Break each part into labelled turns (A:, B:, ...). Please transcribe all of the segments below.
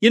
A: You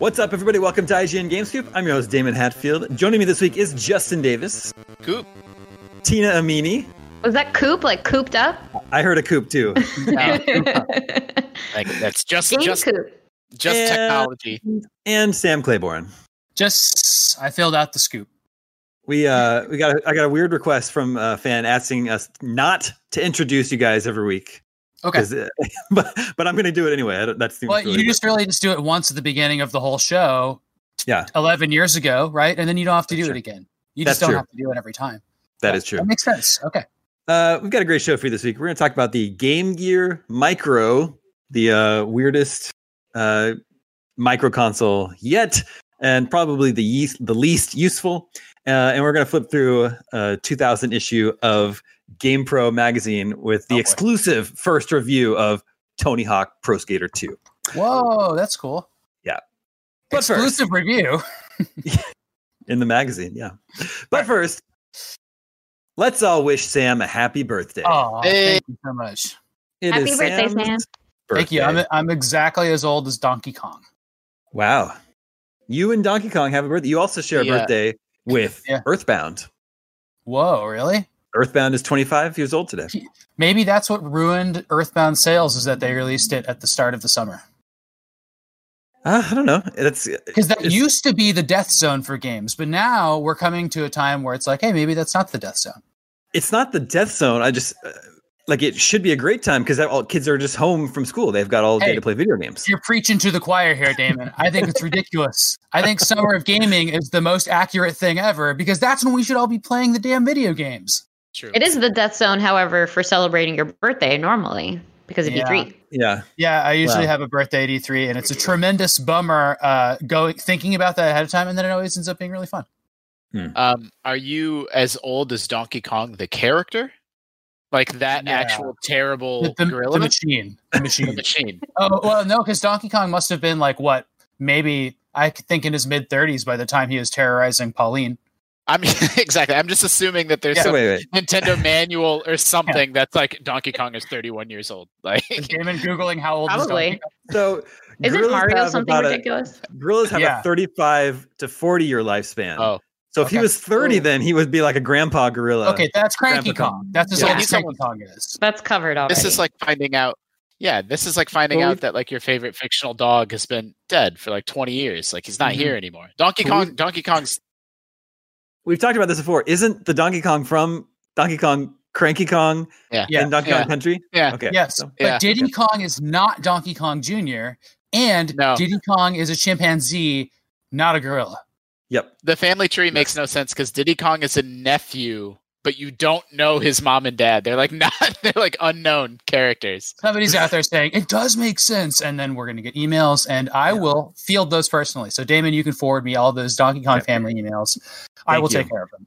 A: What's up, everybody? Welcome to IGN Game Scoop. I'm your host, Damon Hatfield. Joining me this week is Justin Davis,
B: Coop.
A: Tina Amini.
C: Was that coop? Like cooped up?
A: I heard a coop too.
B: Like, that's just
C: Game
B: just
C: coop.
B: just
A: Yeah.
B: technology.
A: and Sam Claiborne.
D: Just I filled out the scoop.
A: We uh we got a, I got a weird request from a fan asking us not to introduce you guys every week.
D: Okay.
A: 'Cause, uh, but but I'm gonna do it anyway. I don't, that seems
D: Well,
A: really
D: you just really just do it once at the beginning of the whole show.
A: Yeah.
D: Eleven years ago, right? And then you don't have to do
A: That's true.
D: it again. You
A: That's
D: just don't
A: true.
D: have to do it every time.
A: that is true.
D: That makes sense. Okay.
A: Uh, we've got a great show for you this week. We're going to talk about the Game Gear Micro, the uh, weirdest uh, micro console yet, and probably the yeast, the least useful. Uh, and we're going to flip through a 2000 issue of Game Pro magazine with the
D: Oh, boy.
A: exclusive first review of Tony Hawk Pro Skater 2.
D: Whoa, that's cool.
A: Yeah. But first-
D: Exclusive review.
A: in the magazine. Yeah. But
D: Right.
A: first, let's all wish Sam a happy birthday.
D: Oh,
B: Hey.
D: thank you so much.
A: It
C: Happy
A: is
C: birthday,
A: Sam's
C: Sam.
D: Thank you.
A: birthday.
D: I'm I'm exactly as old as Donkey Kong.
A: Wow. You and Donkey Kong have a birthday. You also share a
B: Yeah.
A: birthday with
D: Yeah.
A: Earthbound.
D: Whoa, really?
A: Earthbound is 25 years old today.
D: Maybe that's what ruined Earthbound sales is that they released it at the start of the summer.
A: Uh, I don't know. That's
D: Because that
A: It's-
D: used to be the death zone for games, but now we're coming to a time where it's like, hey, maybe that's not the death zone.
A: it's not the death zone. I just uh, like it should be a great time because all kids are just home from school. They've got all day
D: Hey.
A: to play video games.
D: You're preaching to the choir here, Damon. I think it's ridiculous. I think summer of gaming is the most accurate thing ever because that's when we should all be playing the damn video games.
B: True.
C: It is the death zone, however, for celebrating your birthday normally because of
D: Yeah.
C: E3.
A: Yeah.
D: Yeah, I usually
A: Wow.
D: have a birthday at E3, and it's a tremendous bummer uh, going thinking about that ahead of time, and then it always ends up being really fun.
B: Um, are you as old as Donkey Kong the character? Like that
D: Yeah.
B: actual terrible
D: The, the-
B: gorilla
D: the machine, the machine.
B: machine.
D: oh well, no, because Donkey Kong must have been like what, maybe I think in his mid 30s by the time he was terrorizing Pauline.
B: I'm exactly. I'm just assuming that there's
A: So
B: some
A: wait, wait.
B: Nintendo manual or something that's like Donkey Kong is 31 years old. Like
D: Is Damon googling how old is Donkey
C: Probably.
A: So
D: Kong?
C: Isn't
A: gorillas
C: Mario
A: have
C: something
A: about a-
C: ridiculous?
A: gorillas have
D: Yeah.
A: a 35 to 40 year lifespan.
B: oh,
A: so if he
D: okay.
A: was 30,
D: Ooh.
A: then he would be like a grandpa gorilla.
D: Okay, that's Cranky
A: Grandpa
D: Kong.
A: Kong.
D: That's as
C: Yeah.
D: old
B: He's
D: as Cranky
B: almost-
D: Kong is.
C: That's covered already.
B: this is like finding out. Yeah, this is like finding
A: Well, we-
B: out that like your favorite fictional dog has been dead for like 20 years. Like he's not
D: Mhm.
B: here anymore. Donkey
A: Mm-hmm. Well, we-
B: Kong. Donkey Kong's
A: We've talked about this before. Isn't the Donkey Kong from Donkey Kong Cranky Kong
B: Yeah.
D: Yeah.
A: and Donkey
B: Yeah.
A: Kong Country?
B: Yeah.
A: Okay.
D: Yes,
A: so-
B: Yeah.
D: but Diddy Kong is not Donkey Kong Jr. and
B: No.
D: Diddy Kong is a chimpanzee, not a gorilla.
A: Yep.
B: The family tree makes no sense because Diddy Kong is a nephew, but you don't know his mom and dad. They're like not. They're like unknown characters.
D: Somebody's out there saying it does make sense, and then we're going to get emails, and I
A: Yeah.
D: will field those personally. So Damon, you can forward me all those Donkey Kong
A: Yeah.
D: family emails. I
A: Thank
D: will
A: you.
D: take care of them.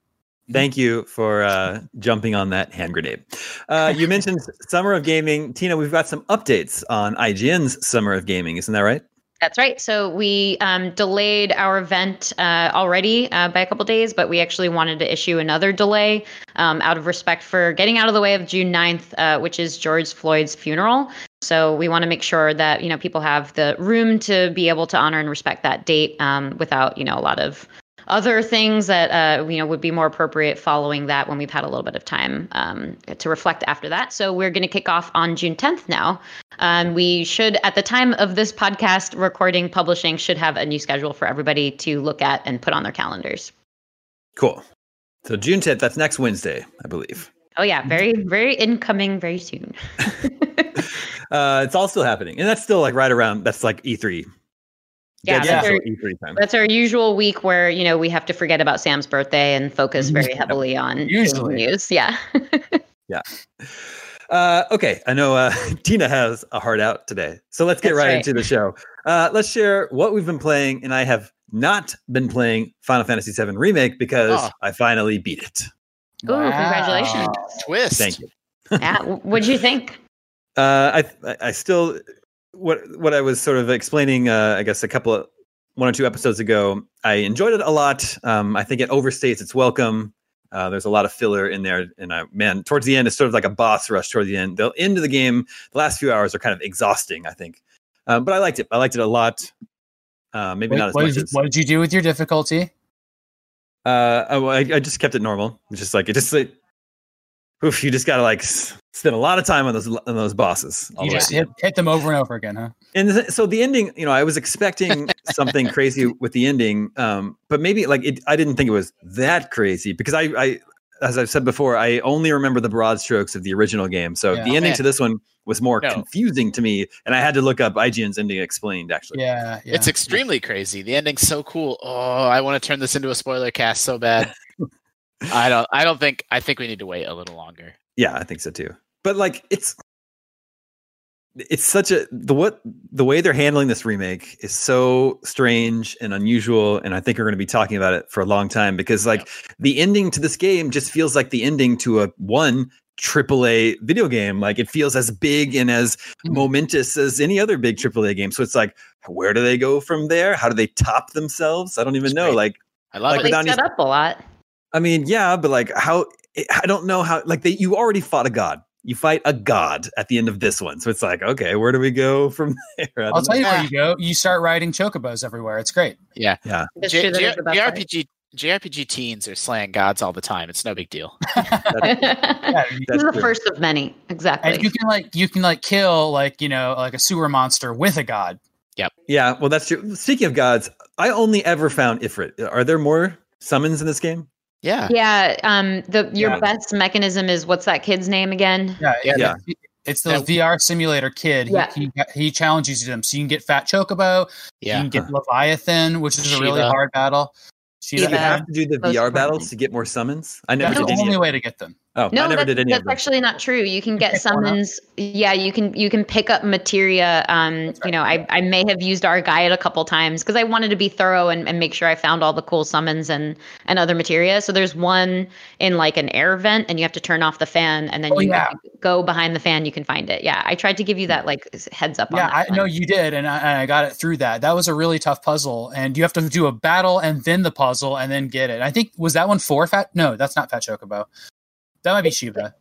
A: Thank you for uh, jumping on that hand grenade. Uh, you mentioned Summer of Gaming. Tina, we've got some updates on IGN's Summer of Gaming. Isn't that right?
C: That's right. So we um, delayed our event uh, already uh, by a couple days, but we actually wanted to issue another delay um, out of respect for getting out of the way of June 9th, uh, which is George Floyd's funeral. So we want to make sure that you know people have the room to be able to honor and respect that date um, without you know a lot of other things that uh, you know would be more appropriate following that when we've had a little bit of time um, to reflect after that. So we're going to kick off on June 10th now. Um, we should, at the time of this podcast recording, publishing should have a new schedule for everybody to look at and put on their calendars.
A: Cool. So June 10th, that's next Wednesday, I believe.
C: Oh yeah, very, very incoming, very soon.
A: Uh, it's all still happening. And that's still like right around, that's like E E3.
C: Yeah,
A: Dead
D: that's
A: central
C: our-
A: E3 E time.
C: That's our usual week where you know we have to forget about Sam's birthday and focus very heavily on Disney
D: Usually.
C: news. Yeah.
A: Uh, okay, I know uh, Tina has a heart out today, so let's get
C: That's
A: right,
C: right.
A: into the show. Uh, let's share what we've been playing, and I have not been playing Final Fantasy VII Remake because
B: Oh.
A: I finally beat it.
C: Ooh, congratulations.
B: Twist.
A: Thank you.
C: yeah. What'd you think?
A: Uh, I I- I still what what I was sort of explaining, uh, I guess a couple of one or two episodes ago. I enjoyed it a lot. Um, I think it overstates its welcome. Uh, there's a lot of filler in there, and I man, towards the end, it's sort of like a boss rush. Toward the end, the end of the game, the last few hours are kind of exhausting. I think, um, but I liked it. I liked it a lot. Uh, maybe
D: Wait,
A: not as
D: what,
A: much
D: did you,
A: as
D: what did you do with your difficulty?
A: uh, oh, I, I just kept it normal. It's just like it just like, oof, you just gotta like s- spend a lot of time on those on those bosses. all
D: You
A: the way
D: just
A: through.
D: hit, hit them over and over again, huh?
A: and th- so the ending you know i was expecting something crazy with the ending um but maybe like it i didn't think it was that crazy because i i as i've said before i only remember the broad strokes of the original game so
D: Yeah.
A: the ending
B: Yeah.
A: to this one was more
B: No.
A: confusing to me and i had to look up ign's ending explained actually
D: Yeah, yeah.
B: It's extremely crazy. The ending's so cool. Oh, I want to turn this into a spoiler cast so bad. I don't. I don't think. I think we need to wait a little longer.
A: Yeah, I think so too. But like it's it's such a the what the way they're handling this remake is so strange and unusual and I think we're going to be talking about it for a long time because like the ending to this game just feels like the ending to a one AAA video game. Like it feels as big and as
D: Mhm.
A: momentous as any other big AAA game. So it's like where do they go from there? How do they top themselves? I don't even
B: It's
A: know.
B: great.
A: Like
B: I love
A: Like
C: Well,
B: it.
C: they
A: without
C: set
A: any-
C: up a lot.
A: I mean, yeah, but like how eh, I don't know how like they you already fought a god. You fight a god at the end of this one. So it's like, okay, where do we go from there? I
D: I'll
A: don't
D: tell
A: know.
D: you where
B: Yeah.
D: you go. You start riding chocobos everywhere. It's great.
C: That's
B: J-
C: true, that
B: J-
C: is the best part.
B: JRPG JRPG teens are slaying gods all the time. It's no big deal.
D: Yeah,
C: this
A: That's
C: is the
A: true.
C: first of many. Exactly.
D: and you can like you can like kill like you know like a sewer monster with a god.
A: Yeah, well that's true. Speaking of gods, I only ever found Ifrit. Are there more summons in this game?
B: Yeah.
C: yeah. Um. The your
A: Yeah.
C: best mechanism is what's that kid's name again?
D: Yeah,
B: Yeah.
A: Yeah.
D: it- It's the
B: Yeah.
D: VR simulator kid. He-
C: Yeah.
D: He, he, challenges you to them, so you can get Fat Chocobo. You
B: Yeah.
D: can get Leviathan, which is a really
B: Shiva.
D: hard battle.
A: Did
D: Shiva.
A: you
C: Yeah.
A: have to do the
C: Most
A: VR battles
C: importantly.
A: to get more summons? I never did
D: That's the
A: any.
D: only
A: Of,
D: way to get them.
A: oh, I never
C: that's,
A: did any
C: that's
A: of them.
C: actually not true. You can get
D: pick one up.
C: summons. Yeah, you can you can pick up materia. Um, you know, I, I may have used Argyle a couple times because I wanted to be thorough and, and make sure I found all the cool summons and and other materia. So there's one in like an air vent, and you have to turn off the fan, and then
D: Oh,
C: you
D: yeah.
C: if you go behind the fan, you can find it. Yeah, I tried to give you that like s- heads up.
D: Yeah,
C: on
D: I
C: that
D: know
C: one.
D: you did, and I, and I got it through that. That was a really tough puzzle, and you have to do a battle and then the puzzle and then get it. I think was that one for Fat? No, that's not Fat Chocobo. That might be Shiva.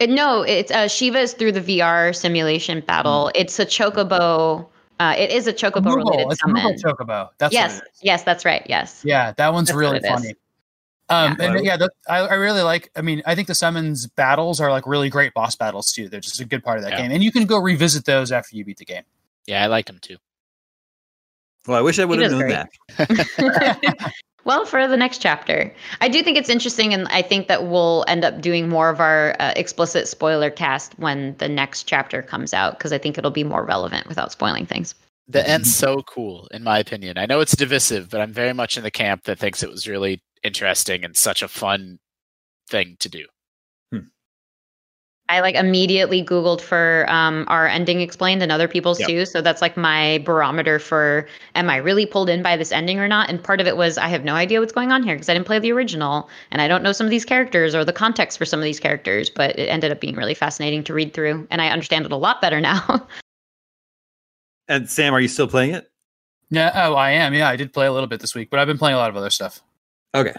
C: Uh, No, it's uh, Shiva is through the VR simulation battle.
D: Mm-hmm.
C: It's a chocobo. Uh, it is a chocobo
D: Moogle.
C: related
D: It's Moogle
C: summon.
D: Chocobo. That's what
C: yes,
D: it is.
C: yes, that's right. Yes.
D: Yeah, that one's
C: That's
D: really
C: what it is.
D: funny. Um,
A: Yeah.
D: and yeah, the, I, I really like. I mean, I think the summons battles are like really great boss battles too. They're just a good part of that
B: Yeah.
D: game, and you can go revisit those after you beat the game.
B: Yeah, I liked him too.
A: Well, I wish I would have
C: does
A: known
C: great.
A: that.
C: Well, for the next chapter, I do think it's interesting, and I think that we'll end up doing more of our uh, explicit spoiler cast when the next chapter comes out because I think it'll be more relevant without spoiling things.
B: The end's so cool, in my opinion. I know it's divisive, but I'm very much in the camp that thinks it was really interesting and such a fun thing to do.
C: I like immediately Googled for um, our ending explained and other people's
E: Yep.
C: too. So that's like my barometer for am I really pulled in by this ending or not? And part of it was I have no idea what's going on here because I didn't play the original and I don't know some of these characters or the context for some of these characters, but it ended up being really fascinating to read through. And I understand it a lot better now.
A: And Sam, are you still playing it?
D: Yeah. Oh, I am. Yeah, I did play a little bit this week, but I've been playing a lot of other stuff.
A: Okay.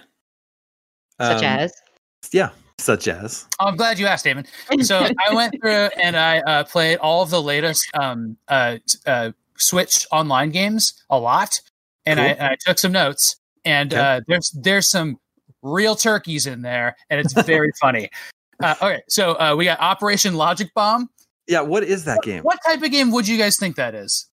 C: Such
A: Um,
C: as
A: yeah, such as
D: I'm glad you asked, Damon. So I went through and I uh, played all of the latest um, uh, uh, Switch online games a lot, and, I,
A: Cool.
D: and I took some notes. And
A: Okay.
D: uh, there's there's some real turkeys in there, and it's very funny. Uh, okay, so uh, we got Operation Logic Bomb.
A: yeah. What is that game?
D: What type of game would you guys think that is?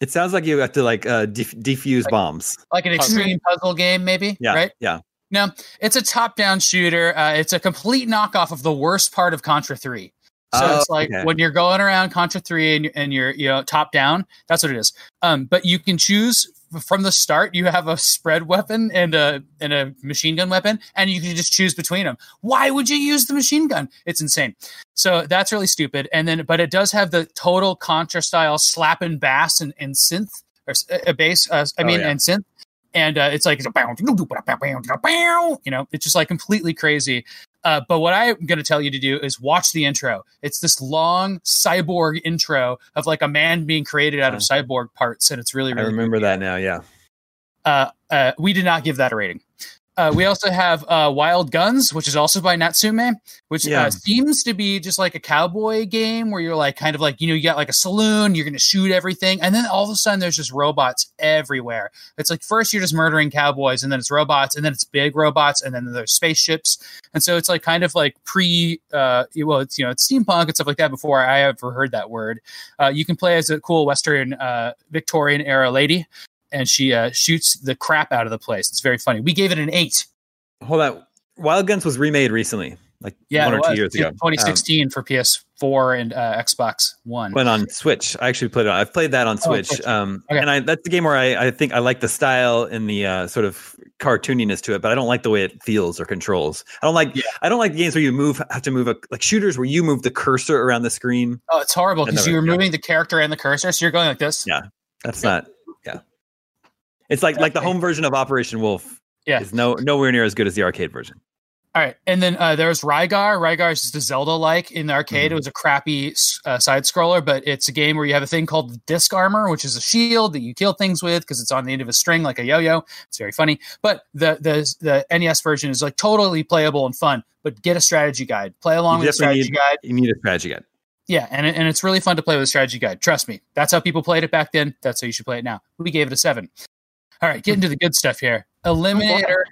A: It sounds like you have to like uh, def- defuse bombs.
D: Like an
B: Puzzle.
D: extreme puzzle game, maybe?
A: Yeah,
D: Right.
A: yeah.
D: No, it's a top-down shooter. Uh, it's a complete knockoff of the worst part of Contra Three. So
A: Oh,
D: it's like
A: okay.
D: when you're going around Contra Three and, you're- and you're you know top down. That's what it is. Um, but you can choose f- from the start. You have a spread weapon and a and a machine gun weapon, and you can just choose between them. Why would you use the machine gun? It's insane. So that's really stupid. And then, but it does have the total Contra style slap and bass and, and synth or s- uh, bass. Uh,
A: Oh,
D: I mean,
A: yeah.
D: and synth and uh, it's like it's a you know it's just like completely crazy uh, but what i'm going to tell you to do is watch the intro it's this long cyborg intro of like a man being created out of cyborg parts and it's really
A: I
D: really
A: remember that now. Yeah.
D: uh, uh, we did not give that a rating uh, we also have uh, Wild Guns, which is also by Natsume, which
A: Yeah.
D: uh, seems to be just like a cowboy game where you're like kind of like you know you got like a saloon, you're going to shoot everything, and then all of a sudden there's just robots everywhere. It's like first you're just murdering cowboys, and then it's robots, and then it's big robots, and then there's spaceships, and so it's like kind of like pre, uh, well, it's you know it's steampunk and stuff like that. Before I ever heard that word, uh, you can play as a cool Western uh, Victorian era lady. And she uh, shoots the crap out of the place. It's very funny. We gave it an eight.
A: Hold on. Wild Guns was remade recently, like
D: Yeah,
A: one
D: it
A: or two
D: was.
A: years
D: Yeah,
A: ago.
D: 2016 for PS4 and uh, Xbox One.
A: Um, went on Switch. I actually played it. on- I've played that on Switch.
D: Oh, Switch.
A: Um,
D: Okay.
A: And I, that's the game where I, I think I like the style and the uh, sort of cartooniness to it, but I don't like the way it feels or controls. I don't like
D: Yeah.
A: I don't like games where you move have to move a, like shooters where you move the cursor around the screen.
D: oh, it's horrible because
A: Another-
D: you're
A: yeah.
D: moving the character and the cursor, so you're going like this.
A: Yeah. That's not yeah. It's like like the home version of Operation Wolf.
D: Yeah.
A: is no nowhere near as good as the arcade version.
D: All right, and then uh, there was Rygar. Rygar is just a Zelda-like in the arcade.
A: Mhm.
D: It was a crappy s- uh, side scroller, but it's a game where you have a thing called disc armor, which is a shield that you kill things with because it's on the end of a string like a yo-yo. It's very funny. But the the the NES version is like totally playable and fun. But get a strategy guide. Play along
A: You
D: with the
A: definitely
D: strategy guide.
A: You need a strategy guide.
D: Yeah, and it- and it's really fun to play with a strategy guide. Trust me, that's how people played it back then. That's how you should play it now. We gave it a seven. All right, get into the good stuff here. Eliminator,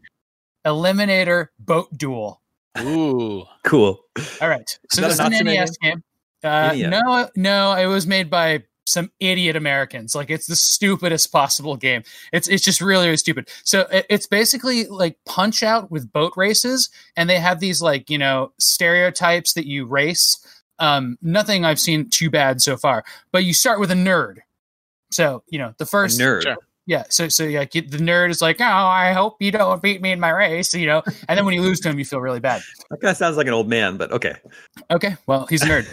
D: Eliminator Boat Duel.
B: Ooh.
A: Cool.
D: All right,
A: Is that
D: so this is
A: a
D: an
A: Natsume
D: NES game. Uh,
A: NES.
D: no, no, it was made by some idiot Americans. Like it's the stupidest possible game. It's it's just really really stupid. So it, it's basically like Punch Out with boat races, and they have these like you know stereotypes that you race um, nothing I've seen too bad so far. But you start with a nerd. So you know the
A: A
D: first
A: nerd.
B: sure.
D: yeah. So so yeah, the nerd is like, oh, I hope you don't beat me in my race, you know. And then when you lose to him, you feel really bad.
A: That guy sounds like an old man, but okay.
D: Okay, well, he's a nerd,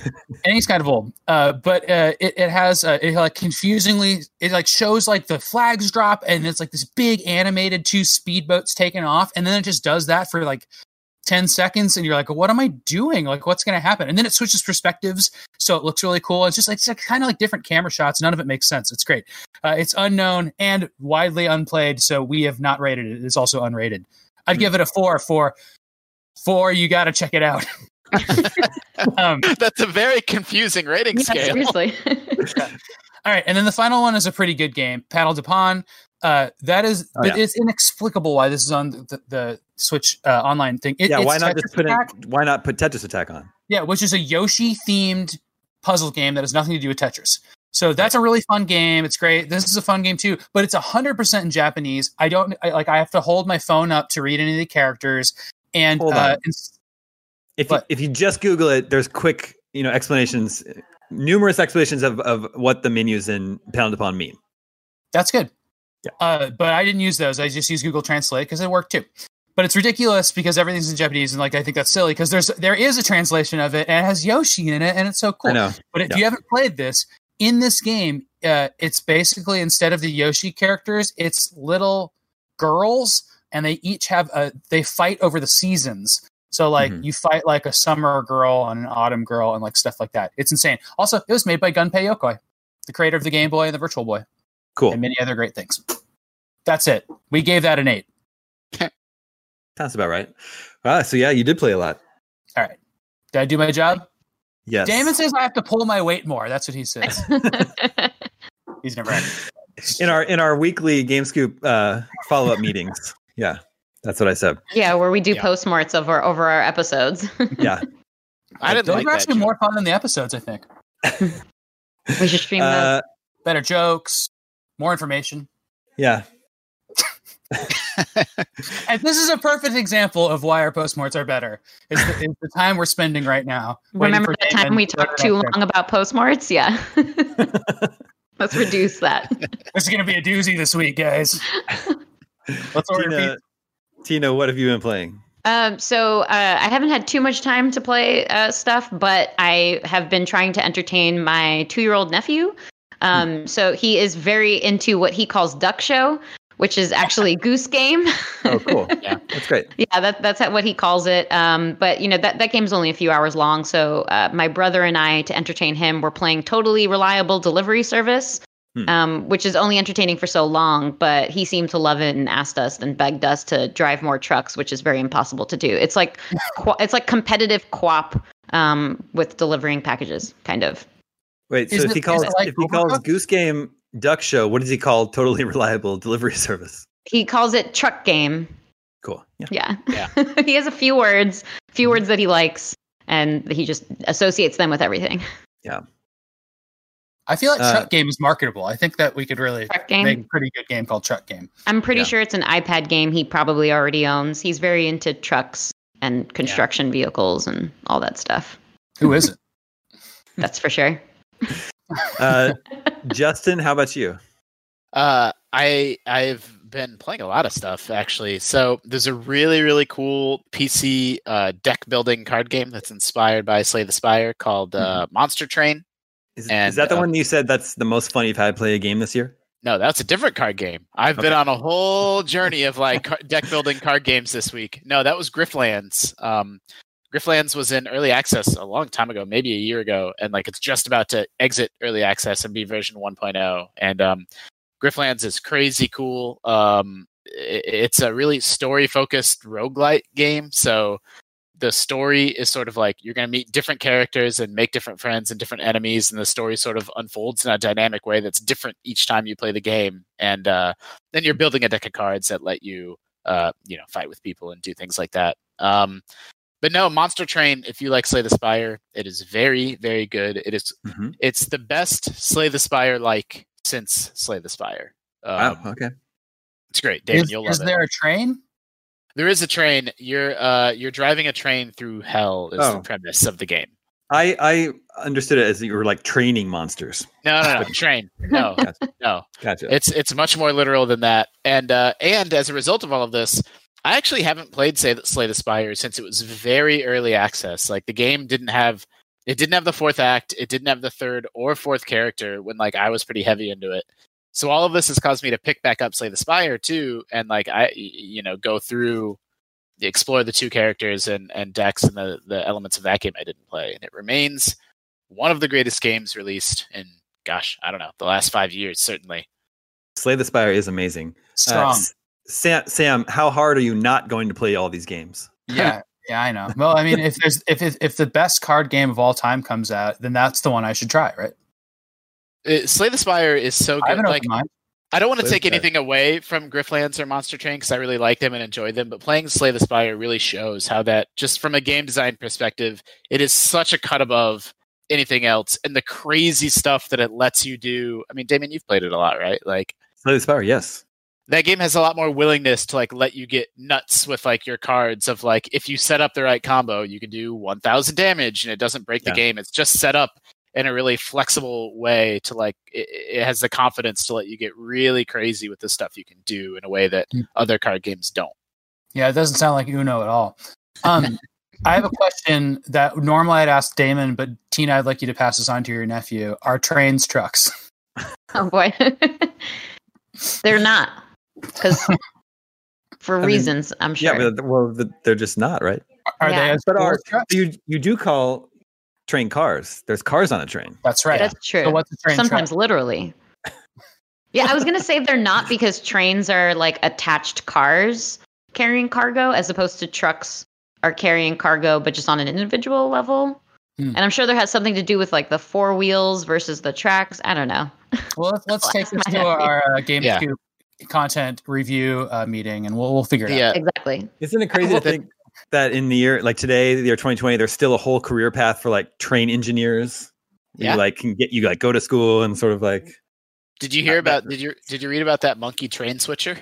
D: and he's kind of old. Uh, but uh, it, it has uh, it like confusingly it like shows like the flags drop, and it's like this big animated two speedboats taking off, and then it just does that for like ten seconds, and you're like, what am I doing? Like, what's going to happen? And then it switches perspectives, so it looks really cool. It's just like it's like, kind of like different camera shots. None of it makes sense. It's great. Uh, it's unknown and widely unplayed, so we have not rated it. It's also unrated. I'd give it a four for four. You got to check it out. um,
B: That's a very confusing rating
C: Yeah,
B: scale.
C: seriously.
D: All right, and then the final one is a pretty good game, Paddle to Pawn. Uh, that is,
A: Oh,
D: but
A: yeah.
D: it's inexplicable why this is on the, the Switch uh, online thing. It-
A: yeah,
D: it's
A: why not
D: Tetris
A: just put in,
D: Attack,
A: why not put Tetris Attack on?
D: Yeah, which is a Yoshi themed puzzle game that has nothing to do with Tetris. So that's a really fun game. It's great. This is a fun game too, but it's 100% in Japanese. I don't I, like I have to hold my phone up to read any of the characters and
A: Hold
D: uh
A: on.
D: it's-
A: If you,
D: But-
A: if you just Google it, there's quick, you know, explanations, numerous explanations of, of what the menus in Pound Upon mean.
D: that's good.
A: Yeah.
D: Uh but I didn't use those. I just used Google Translate cuz it worked too. But it's ridiculous because everything's in Japanese and like I think that's silly cuz there's there is a translation of it and it has Yoshi in it and it's so cool.
A: I know.
D: But if
A: Yeah.
D: you haven't played this, in this game, uh, it's basically instead of the Yoshi characters, it's little girls, and they each have a they fight over the seasons. So like
A: Mhm.
D: you fight like a summer girl and an autumn girl and like stuff like that. It's insane. Also, it was made by Gunpei Yokoi, the creator of the Game Boy and the Virtual Boy,
A: Cool.
D: and many other great things. That's it. We gave that an eight.
A: Sounds about right. Ah, so yeah, you did play a lot.
D: Did I do my job?
A: Yes.
D: Damon says I have to pull my weight more. That's what he says. He's never. had it.
A: in our in our weekly Game Scoop uh, follow up meetings. Yeah, that's what I said.
C: yeah, where we do
B: Yeah.
C: postmorts of our, over our episodes.
A: Yeah,
B: I didn't
D: Those
B: like
D: are
B: that.
D: actually
B: joke.
D: more fun than the episodes, I think.
C: we should stream those.
A: uh,
D: better jokes, more information.
A: yeah.
D: And this is a perfect example of why our postmorts are better. Is the, is the time we're spending right now. waiting
C: Remember
D: for
C: that
D: Damon
C: time we
D: to put
C: talked
D: it
C: too
D: out there.
C: long about postmorts? Yeah. Let's reduce that.
D: This is going to be a doozy this week, guys. Let's order
A: Tina,
D: pizza.
A: Tina, what have you been playing?
C: Um, so uh, I haven't had too much time to play uh, stuff, but I have been trying to entertain my two-year-old nephew. Um, So he is very into what he calls Duck Show, which is actually Goose Game.
A: Oh, cool.
B: Yeah.
A: that's great.
C: Yeah, that, that's what he calls it. Um, but you know that that game's only a few hours long, so uh, my brother and I, to entertain him, we're playing totally reliable delivery service,
A: Hmm.
C: um, which is only entertaining for so long. But he seemed to love it and asked us and begged us to drive more trucks, which is very impossible to do. It's like qu- it's like competitive quap um, with delivering packages, kind of.
A: Wait, so
D: Isn't
A: if he
D: it-
A: calls
D: isn't it like
A: if he calls
D: Overcooked?
A: Goose Game Duck Show, what does he call totally reliable delivery service?
C: He calls it truck game.
A: Cool. Yeah.
C: Yeah.
B: Yeah.
C: he has a few words, few words that he likes, and he just associates them with everything.
D: I feel like
A: Uh,
D: Truck Game is marketable. I think that we could really
C: Truck game.
D: make a pretty good game called Truck Game.
C: I'm pretty
A: Yeah.
C: sure it's an iPad game he probably already owns. He's very into trucks and construction vehicles and all that stuff.
D: Who is it?
C: That's for sure.
A: Uh, Justin, how about you?
B: Uh, I I've been playing a lot of stuff actually. So there's a really really cool PC uh, deck building card game that's inspired by Slay the Spire called uh, Monster Train.
A: Is,
B: And,
A: is that the
B: uh,
A: one you said that's the most fun you've had play a game this year?
B: No, that's a different card game. I've been on a whole journey of like car- deck building card games this week. No, that was Grifflands. Um, Grifflands was in early access a long time ago, maybe a year ago, and like it's just about to exit early access and be version 1.0. And um, Grifflands is crazy cool. Um, i- it's a really story focused roguelite game. So the story is sort of like you're going to meet different characters and make different friends and different enemies, and the story sort of unfolds in a dynamic way that's different each time you play the game. And uh, then you're building a deck of cards that let you, uh, you know, fight with people and do things like that. Um, but no, Monster Train. If you like Slay the Spire, it is very, very good. It is
A: Mm-hmm.
B: it's the best Slay the Spire like since Slay the Spire. Um,
A: wow. Okay.
B: It's great, Damon.
D: Is,
B: you'll
D: is
B: love it.
D: there a train?
B: There is a train. You're uh you're driving a train through hell is
A: Oh.
B: the premise of the game.
A: I I understood it as you were like training monsters.
B: No, no, no, train. No,
A: Gotcha.
B: no.
A: Gotcha.
B: It's it's much more literal than that. And uh and as a result of all of this, I actually haven't played Slay, Slay the Spire since it was very early access. Like the game didn't have it didn't have the fourth act, it didn't have the third or fourth character when like I was pretty heavy into it. So all of this has caused me to pick back up Slay the Spire too and like I y- you know go through explore the two characters and and decks and the the elements of that game I didn't play and it remains one of the greatest games released in gosh, I don't know, the last 5 years certainly.
A: Slay the Spire is amazing. Uh,
D: Strong.
A: S- Sam, Sam, how hard are you not going to play all these games?
D: yeah. Yeah, I know. Well, I mean, if there's if, if if the best card game of all time comes out, then that's the one I should try, right?
B: Uh, Slay the Spire is so
D: I have
B: good.
D: an
B: Like
D: open mind.
B: I don't want to
A: Slay the
B: take
A: Spire.
B: anything away from Grifflands or Monster Train because I really like them and enjoy them, but playing Slay the Spire really shows how that just from a game design perspective, it is such a cut above anything else and the crazy stuff that it lets you do. I mean, Damon, you've played it a lot, right? Like
A: Slay the Spire, yes.
B: that game has a lot more willingness to like let you get nuts with like your cards of like if you set up the right combo you can do 1000 damage and it doesn't break
A: Yeah.
B: the game it's just set up in a really flexible way to like it, it has the confidence to let you get really crazy with the stuff you can do in a way that
D: Mm.
B: other card games don't
D: Yeah, it doesn't sound like Uno at all. Um, I have a question that normally I'd ask Damon, but Tina, I'd like you to pass this on to your nephew. Are trains trucks?
C: Oh boy. They're not. Because for
A: mean,
C: reasons, I'm sure.
A: Yeah, but, well, th- they're just not right.
D: Are they
C: Yeah.
D: as
A: But
D: cool
A: are-
D: as trucks?
A: You you do call train cars. There's cars on a train.
D: That's right.
C: That's true.
D: So what's a train
C: Sometimes
D: truck?
C: literally. Yeah, I was gonna say they're not because trains are like attached cars carrying cargo as opposed to trucks are carrying cargo but just on an individual level.
D: Hmm.
C: And I'm sure there has something to do with like the four wheels versus the tracks. I don't know.
D: Well, let's, let's take this to our uh, GameCube content review uh, meeting, and we'll we'll figure it out.
B: yeah
C: Exactly.
A: Isn't it crazy to
B: hope it-
A: think that in the year like today, the year 2020, there's still a whole career path for like train engineers.
B: Yeah.
A: You like can get you like go to school and sort of like
B: did you hear
A: Not bad.
B: about did you did you read about that monkey train switcher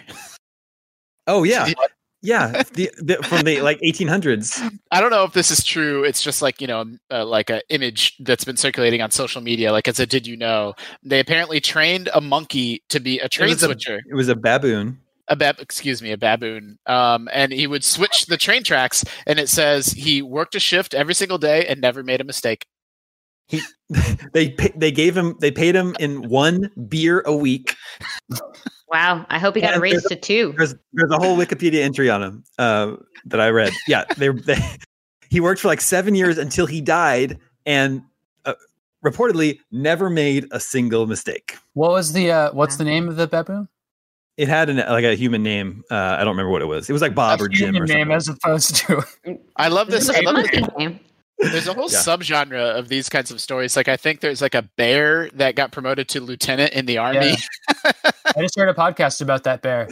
A: oh yeah
B: Did you-
A: yeah the, the, from the like 1800s.
B: I don't know if this is true. It's just like you know, um, uh, like a image that's been circulating on social media. Like as a did you know, they apparently trained a monkey to be a train
A: was a-
B: switcher,
A: It was a baboon.
B: a bab, excuse me, a baboon, um, and he would switch the train tracks. And it says he worked a shift every single day and never made a mistake.
A: they pa- they gave him they paid him in one beer a week.
C: Wow. I hope he got
A: And
C: a raise
A: there's
C: to two.
A: There's there's a whole Wikipedia entry on him uh, that I read. Yeah, they, they he worked for like seven years until he died, and uh, reportedly never made a single mistake.
D: What was the uh, what's the name of the baboon?
A: It had an, like a human name. Uh, I don't remember what it was. It was like Bob
D: A
A: or Jim
D: human
A: or something.
D: name as opposed to
B: I love this. I
C: It's a
B: love
C: monkey game.
B: There's a whole
A: Yeah.
B: subgenre of these kinds of stories. Like I think there's like a bear that got promoted to lieutenant in the army.
D: I just heard a podcast about that bear.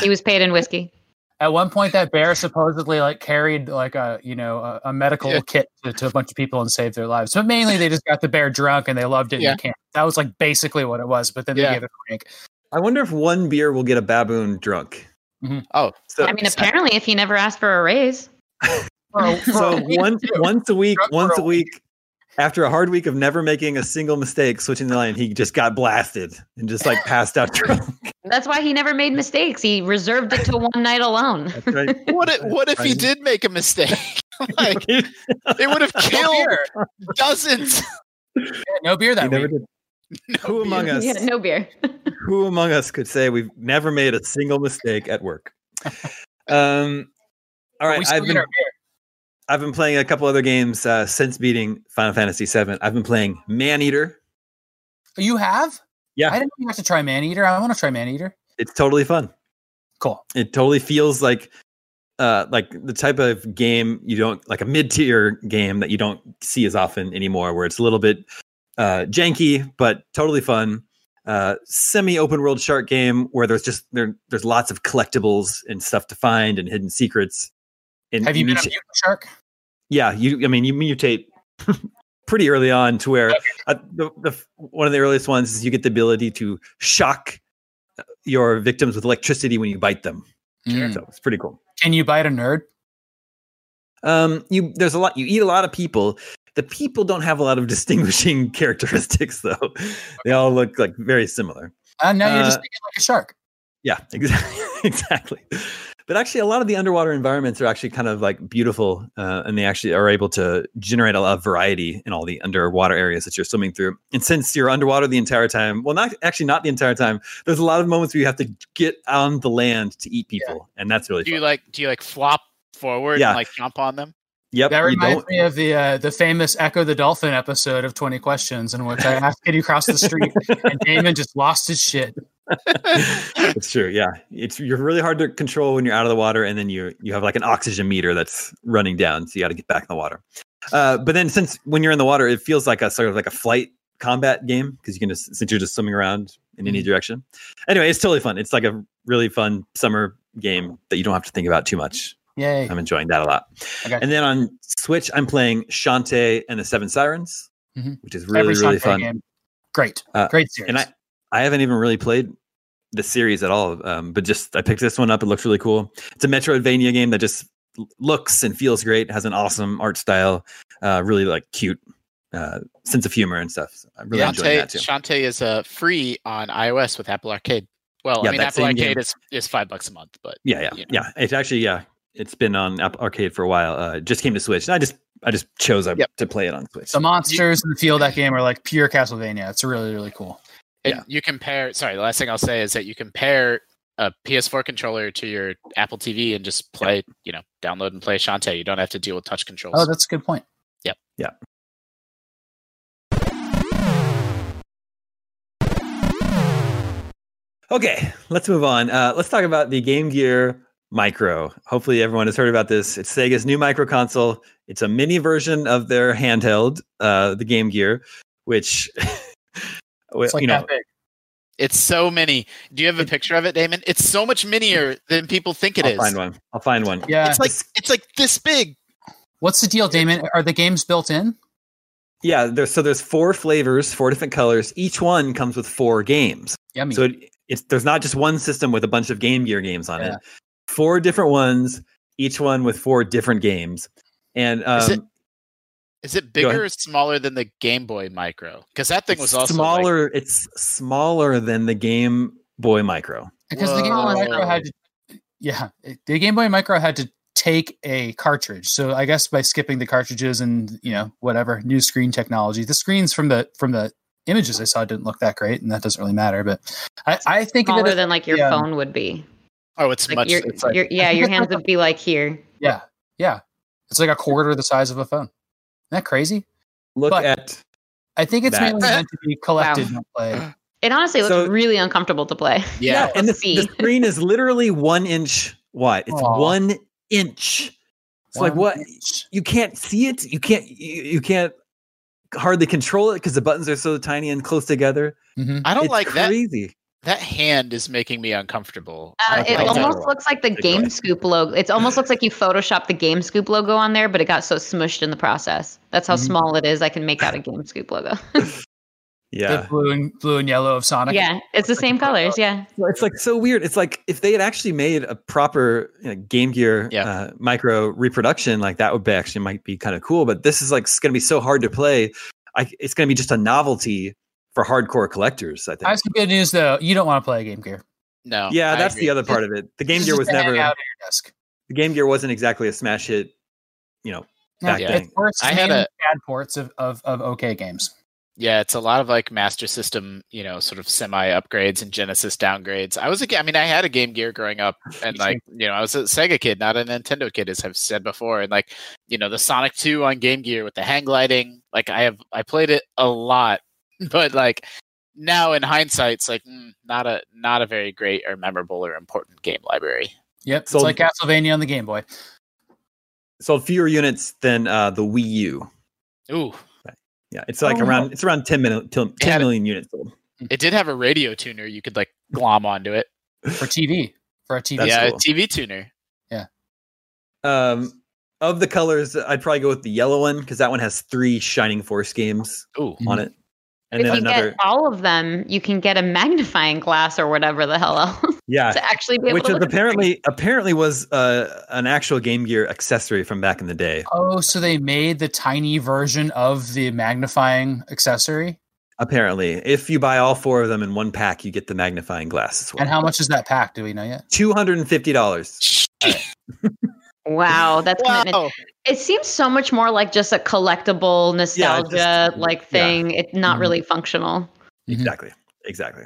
C: He was paid in whiskey.
D: At one point, that bear supposedly like carried like a you know a, a medical
B: Yeah.
D: kit to, to a bunch of people and saved their lives. But mainly, they just got the bear drunk and they loved it
B: Yeah.
D: in camp. That was like basically what it was. But then
B: Yeah.
D: they gave it a drink.
A: I wonder if one beer will get a baboon drunk.
D: Mhm.
B: Oh.
A: so,
C: I mean, apparently if he never asked for a raise.
D: For a- for a
A: so
D: week or
A: once
D: two.
A: once a week,
D: Drunk for
A: once
D: a
A: a week, after a hard week of never making a single mistake, switching the line, he just got blasted and just like passed out drunk.
C: That's why he never made mistakes. He reserved it to one night alone.
A: That's right.
B: What if, what if he
A: Right.
B: did make a mistake? like it would have killed
D: beer.
B: dozens.
D: Yeah, no beer
A: He
D: that
A: never
D: week.
A: did. Who among
C: He had
A: us?
C: no beer.
A: Who among us could say we've never made a single mistake at work? Um, all
D: But
A: right,
D: we still
A: I've
D: get
A: been
D: our beer.
A: I've been playing a couple other games uh, since beating Final Fantasy VII. I've been playing Man Eater.
D: You have?
A: Yeah.
D: I didn't even have to try man eater. I want to try man eater.
A: It's totally fun.
D: Cool.
A: it totally feels like uh like the type of game you don't like a mid-tier game that you don't see as often anymore where it's a little bit uh janky but totally fun uh semi open world shark game where there's just there there's lots of collectibles and stuff to find and hidden secrets and
D: Have you been a
A: muta-
D: mutant shark?
A: yeah you i mean you mutate pretty early on to where uh, the, the one of the earliest ones is you get the ability to shock uh, your victims with electricity when you bite them
D: Mm.
A: so it's pretty cool
D: Can you bite a nerd?
A: Um, you there's a lot. You eat a lot of people. The people don't have a lot of distinguishing characteristics, though. They all look like very similar.
D: Uh, now you're just
A: Uh,
D: thinking like a shark.
A: Yeah, exactly, exactly. But actually, a lot of the underwater environments are actually kind of like beautiful, uh, and they actually are able to generate a lot of variety in all the underwater areas that you're swimming through. And since you're underwater the entire time, well, not actually not the entire time. There's a lot of moments where you have to get on the land to eat people, and that's really
B: Do you
A: fun.
B: like do you like flop forward
A: Yeah.
B: and like jump on them?
A: Yep,
D: That
A: you
D: reminds
A: don't.
D: me of the uh, the famous Echo the Dolphin episode of Twenty Questions, in which I asked, "Can you cross the street?" and Damon just lost his shit.
A: it's true. Yeah, it's you're really hard to control when you're out of the water, and then you you have like an oxygen meter that's running down, so you got to get back in the water. Uh, but then, since when you're in the water, it feels like a sort of like a flight combat game because you can just since you're just swimming around in any direction. Anyway, it's totally fun. It's like a really fun summer game that you don't have to think about too much.
D: Yay!
A: I'm enjoying that a lot.
D: Okay.
A: And then on Switch, I'm playing Shantae and the Seven Sirens.
D: Mhm.
A: which is really
D: Every
A: really
D: Sunfire
A: fun.
D: game. Great,
A: Uh,
D: great series.
A: and I, I haven't even really played the series at all, um, but just I picked this one up. It looks really cool. It's a Metroidvania game that just l- looks and feels great. Has an awesome art style, uh, really like cute uh, sense of humor and stuff. So I'm really enjoying
B: Shantae,
A: that too.
B: Shantae is uh, free on iOS with Apple Arcade. Well,
A: Yeah,
B: I mean,
A: that
B: Apple
A: same
B: Arcade
A: game.
B: is, is five bucks a month, but
A: Yeah, yeah,
B: you
A: yeah,
B: know.
A: It's actually yeah, it's been on Apple Arcade for a while. Uh, it just came to Switch. And I just I just chose uh,
B: Yep.
A: to play it on Switch.
D: the monsters in the field of that game are like pure Castlevania. It's really really cool.
B: And
A: Yeah.
B: you compare. Sorry, the last thing I'll say is that you compare a PS4 controller to your Apple TV and just play. You know, download and play Shantae. You don't have to deal with touch controls.
D: Oh, that's a good point.
A: Okay, let's move on. Uh, let's talk about the Game Gear Micro. Hopefully, everyone has heard about this. It's Sega's new micro console. It's a mini version of their handheld, uh, the Game Gear, which well,
D: It's like
A: you know,
D: that big.
B: it's so many. Do you have a picture of it, Damon? It's so much minier than people think it
A: I'll
B: is.
A: find one. I'll find one.
D: Yeah.
B: It's like it's like this big.
D: What's the deal, Damon? Are the games built in?
A: Yeah, there's so there's four flavors, four different colors. Each one comes with four games.
D: Yummy.
A: So it, it's there's not just one system with a bunch of Game Gear games on
D: Yeah.
A: it. Four different ones, each one with four different games. And
B: Is
A: um,
B: it- Is it
A: Go ahead.
B: bigger or smaller than the Game Boy Micro? Because that thing
A: it's
B: was also like-
A: smaller. it's smaller than the Game Boy Micro.
D: because the Game Boy
B: Whoa.
D: Micro had to, yeah, it- the Game Boy Micro had to take a cartridge. So I guess by skipping the cartridges and you know whatever new screen technology, the screens from the from the images I saw didn't look that great, and that doesn't really matter. But I, I think that
C: Smaller
D: it,
C: than like your
D: yeah.
C: phone would be.
B: oh, it's
C: Like
B: much.
C: your,
B: it's like-
C: your, yeah, your hands would be like here.
D: yeah, yeah, it's like a quarter the size of a phone. Isn't that crazy?
A: Look
D: But-
A: at
D: I think it's
A: That-
D: mainly meant to be collected,
C: Wow.
D: not played.
C: It honestly looks
A: So-
C: really uncomfortable to play.
B: yeah.
A: and the, the
C: see.
A: screen is literally one inch wide. It's
D: Aw.
A: one inch. It's like
D: One
A: what
D: inch.
A: you can't see it. You can't you, you can't hardly control it because the buttons are so tiny and close together.
D: Mhm.
B: I don't
A: it's
B: like that.
A: crazy.
B: That hand is making me uncomfortable.
C: Uh,
A: Okay.
C: it
A: Like that
C: almost
A: one.
C: looks like the
A: Good choice.
C: GameScoop logo. It almost looks like you photoshopped the GameScoop logo on there, but it got so smushed in the process. That's how
A: Mm-hmm.
D: Mhm.
C: small it is. I can make out a GameScoop logo.
A: Yeah.
D: The blue and blue and yellow of Sonic.
C: yeah, it's the same colors. Yeah,
A: Well, it's like so weird. It's like if they had actually made a proper you know, Game Gear
B: Yeah.
A: uh, micro reproduction, like that would be actually might be kind of cool. But this is like going to be so hard to play. I, it's going to be just a novelty for hardcore collectors. I think.
D: I have some good news though. You don't want to play a Game Gear.
B: No.
A: yeah,
B: I
A: that's
B: agree.
A: the other part of it. The Game
D: It's
A: Gear
D: just
A: was
D: to hang
A: never.
D: out at your desk.
A: The Game Gear wasn't exactly a smash hit. You know,
D: Yeah,
A: back
D: it's
A: then.
D: worse.
B: I
D: I
B: had
D: had
B: a-
D: bad ports of, of of okay games.
B: Yeah, it's a lot of like Master System, you know, sort of semi upgrades and Genesis downgrades. I was a, ga- I mean, I had a Game Gear growing up, and
D: Me too.
B: like, you know, I was a Sega kid, not a Nintendo kid, as I've said before. And like, you know, the Sonic Two on Game Gear with the hang gliding, like, I have I played it a lot, but like now in hindsight, it's like mm, not a not a very great or memorable or important game library.
D: Yep,
A: So-
D: it's like Castlevania on the Game Boy.
A: sold fewer units than uh, the Wii U.
B: Ooh,
A: Yeah, it's like
D: Oh,
A: around.
D: wow.
A: It's around 10 million, 10
B: Yeah.
A: million units sold.
B: it did have a radio tuner you could like glom onto it.
D: for TV for a TV.
A: That's
B: yeah,
A: cool.
B: a TV tuner.
A: Um, of the colors, I'd probably go with the yellow one because that one has three Shining Force games
B: Ooh,
A: on
D: Mm-hmm.
A: it, and
C: if
A: then
C: you
A: another.
C: get all of them, you can get a magnifying glass or whatever the hell else
A: yeah,
C: to actually be able
A: Uh, which
C: to.
A: is
C: Look at the screen.
A: apparently apparently was uh, an actual Game Gear accessory from back in the day.
D: Oh, so they made the tiny version of the magnifying accessory.
A: Apparently, if you buy all four of them in one pack, you get the magnifying glass as well.
D: And how much is that pack? Do we know yet?
A: Two hundred and fifty dollars.
C: Wow, that's commitment.
B: wow.
C: It seems so much more like just a collectible nostalgia like thing. It's not
A: Mm-hmm.
D: Mhm.
C: really functional.
D: Mhm.
A: Exactly. Exactly.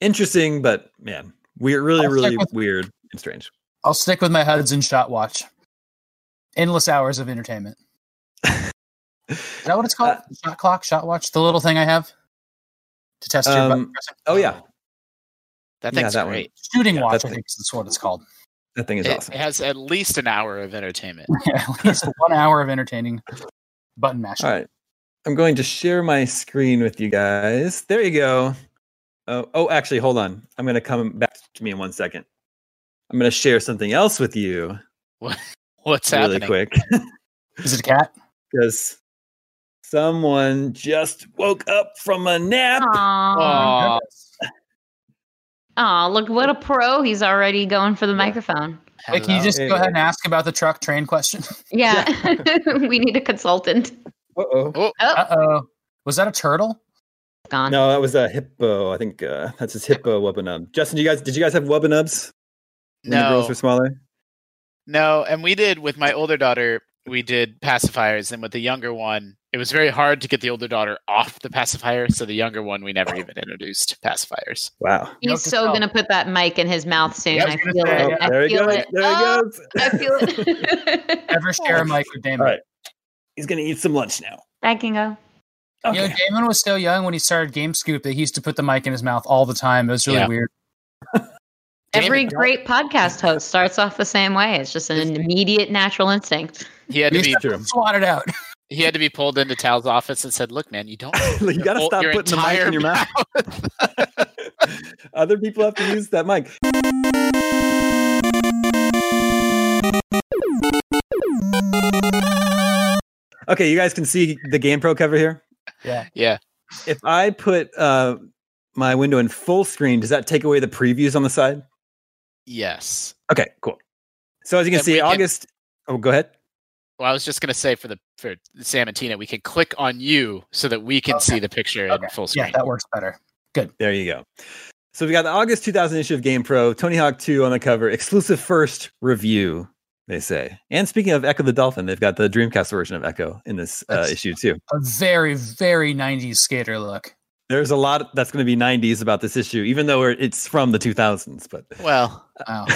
A: Interesting, but man, we're really
D: I'll check
A: really
D: with-
A: weird and strange.
D: I'll stick with my Hudson shot watch. Endless hours of entertainment. Is that what it's called?
A: Uh,
D: shot clock, shot watch, the little thing I have to test your button
A: Um,
D: pressing.
A: Oh yeah,
B: that
A: Yeah,
B: thing's
A: that one.
B: great.
D: Shooting
A: yeah,
D: watch,
A: that
D: I think is what it's called.
A: that thing is
B: It-
A: awesome.
B: it has at least an hour of entertainment.
D: At least one hour of entertaining button mashing.
A: All right. I'm going to share my screen with you guys. There you go. Oh, oh actually, hold on. I'm going to come back to me in one second. I'm going to share something else with you
B: What's
A: really
B: happening?
A: quick
D: Is it a cat?
A: because Someone just woke up from a nap.
B: Aw.
C: Aw. Aw, look
A: Oh.
C: what a pro. He's already going for the microphone.
D: Like, can you just go
A: Hello.
D: ahead and ask about the truck train question?
C: Yeah. we need a consultant.
A: Uh-oh.
D: Uh oh. Was that a turtle?
C: Gone.
A: No, that was a hippo. I think uh, that's his hippo webinub. Justin, do you guys did you guys have webinubs when the girls
B: no,
A: were smaller?
B: no, and we did with my older daughter. We did pacifiers, and with the younger one, it was very hard to get the older daughter off the pacifier. So the younger one, we never even introduced pacifiers.
A: Wow.
C: He's
D: Note to
C: so
D: self.
C: going to put that mic in his mouth soon.
D: Yeah,
C: I
D: I was gonna
C: feel
D: say,
C: it.
A: Oh,
C: I
A: there he
C: feel
A: goes.
C: it.
A: There he
B: Ah!
C: Oh,
A: goes.
C: I feel it.
D: Ever share a mic with Damon?
A: Oh. All right. He's gonna eat some lunch now.
C: I can go.
D: You know, Damon was so young when he started Game Scoop that he used to put the mic in his mouth all the time. It was really
B: Yeah.
D: weird.
B: Damon,
C: Every
B: don't-
C: great podcast host starts off the same way. It's just an immediate natural instinct.
B: He had
D: He
B: to
D: used
B: be
D: to swat it out.
B: he had to be pulled into Tal's office and said, "Look, man, you don't
A: Like, you gotta
B: whole-
A: stop
B: your
A: putting the mic in
B: entire
A: your mouth. Other people have to use that mic. Okay, you guys can see the GamePro cover here.
D: Yeah.
B: Yeah.
A: If I put uh, my window in full screen, does that take away the previews on the side?
B: Yes.
A: Okay, cool. So as you can
B: And we
A: see,
B: can-
A: August. Oh, go ahead.
B: Well, I was just gonna say for the for Sam and Tina, we can click on you so that we can
D: Okay.
B: see the picture
D: Okay.
B: in full
D: Yeah,
B: screen.
D: that works better.
A: There you go. So we got the August 2000 issue of Game Pro, Tony Hawk 2 on the cover, exclusive first review, they say. And speaking of Echo the Dolphin, they've got the Dreamcast version of Echo in this uh,
D: That's-
A: issue too.
D: A very, very 90s skater look.
A: There's a lot that's going to be 90s about this issue, even though we're- it's from the 2000s. But
B: well,
D: Wow.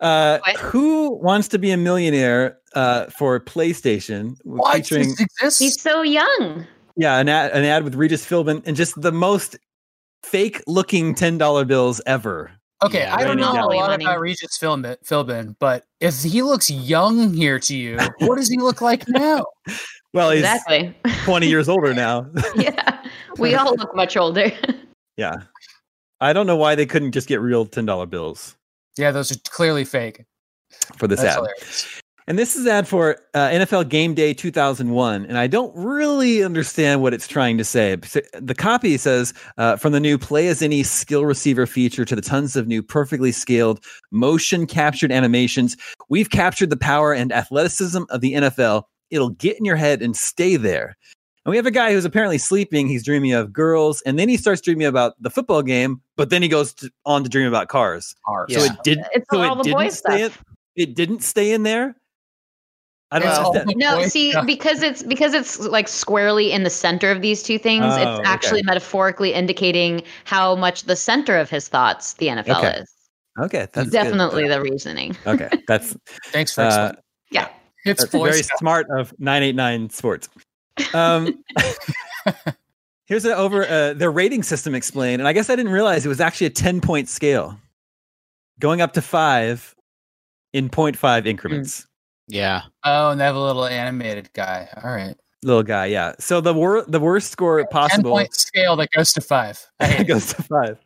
A: uh,
C: What?
A: who wants to be a millionaire uh, for PlayStation?
D: Why does this exist?
C: He's so young.
A: Yeah, an ad, an ad with Regis Philbin and just the most fake looking $10 bills ever.
D: Okay,
B: Yeah,
D: I don't
A: Rainy
D: know a
A: Day.
D: lot
C: Money.
D: about Regis Philbin, Philbin, but if he looks young here to you, what does he look like now?
A: Well, he's
C: Exactly.
A: 20 years older now.
C: yeah. We all look much older.
A: Yeah. I don't know why they couldn't just get real $10 bills
D: Yeah, those are clearly fake.
A: for this
D: That's
A: ad.
D: hilarious.
A: And this is ad for uh, NFL Game Day 2001. And I don't really understand what it's trying to say. But s- The copy says uh, from the new play as any skill receiver feature to the tons of new perfectly scaled motion captured animations, we've captured the power and athleticism of the NFL. It'll get in your head and stay there. And we have a guy who's apparently sleeping. He's dreaming of girls. And then he starts dreaming about the football game. But then he goes to, on to dream about cars.
D: Ours.
A: So
B: Yeah.
A: it did.
C: It's
A: so
C: all
A: it
C: the boy
A: didn't stay. In,
C: stuff.
A: it didn't stay in there. I don't
D: It's all
A: understand.
D: the
C: No,
D: boy
C: see,
D: stuff.
C: because it's because it's like squarely in the center of these two things,
A: Oh,
C: it's
A: okay.
C: actually metaphorically indicating how much the center of his thoughts the NFL
A: Okay.
C: is.
A: Okay, that's good.
C: Definitely the reasoning.
A: Okay, that's
D: Thanks for
A: uh,
D: explaining.
C: Yeah.
D: It's
A: that's
D: boy
A: very
D: stuff.
A: smart of nine eight nine sports. Um, here's an over uh, their rating system explained, and I guess I didn't realize it was actually a ten point scale, going up to five in 0.5 increments.
D: Hmm.
B: yeah.
D: Oh, and they have a little animated guy. All right.
A: Little guy, yeah. So the wor- the worst score
D: Ten
A: possible.
D: point scale that goes to five. I hate
A: it
D: it.
A: goes to five.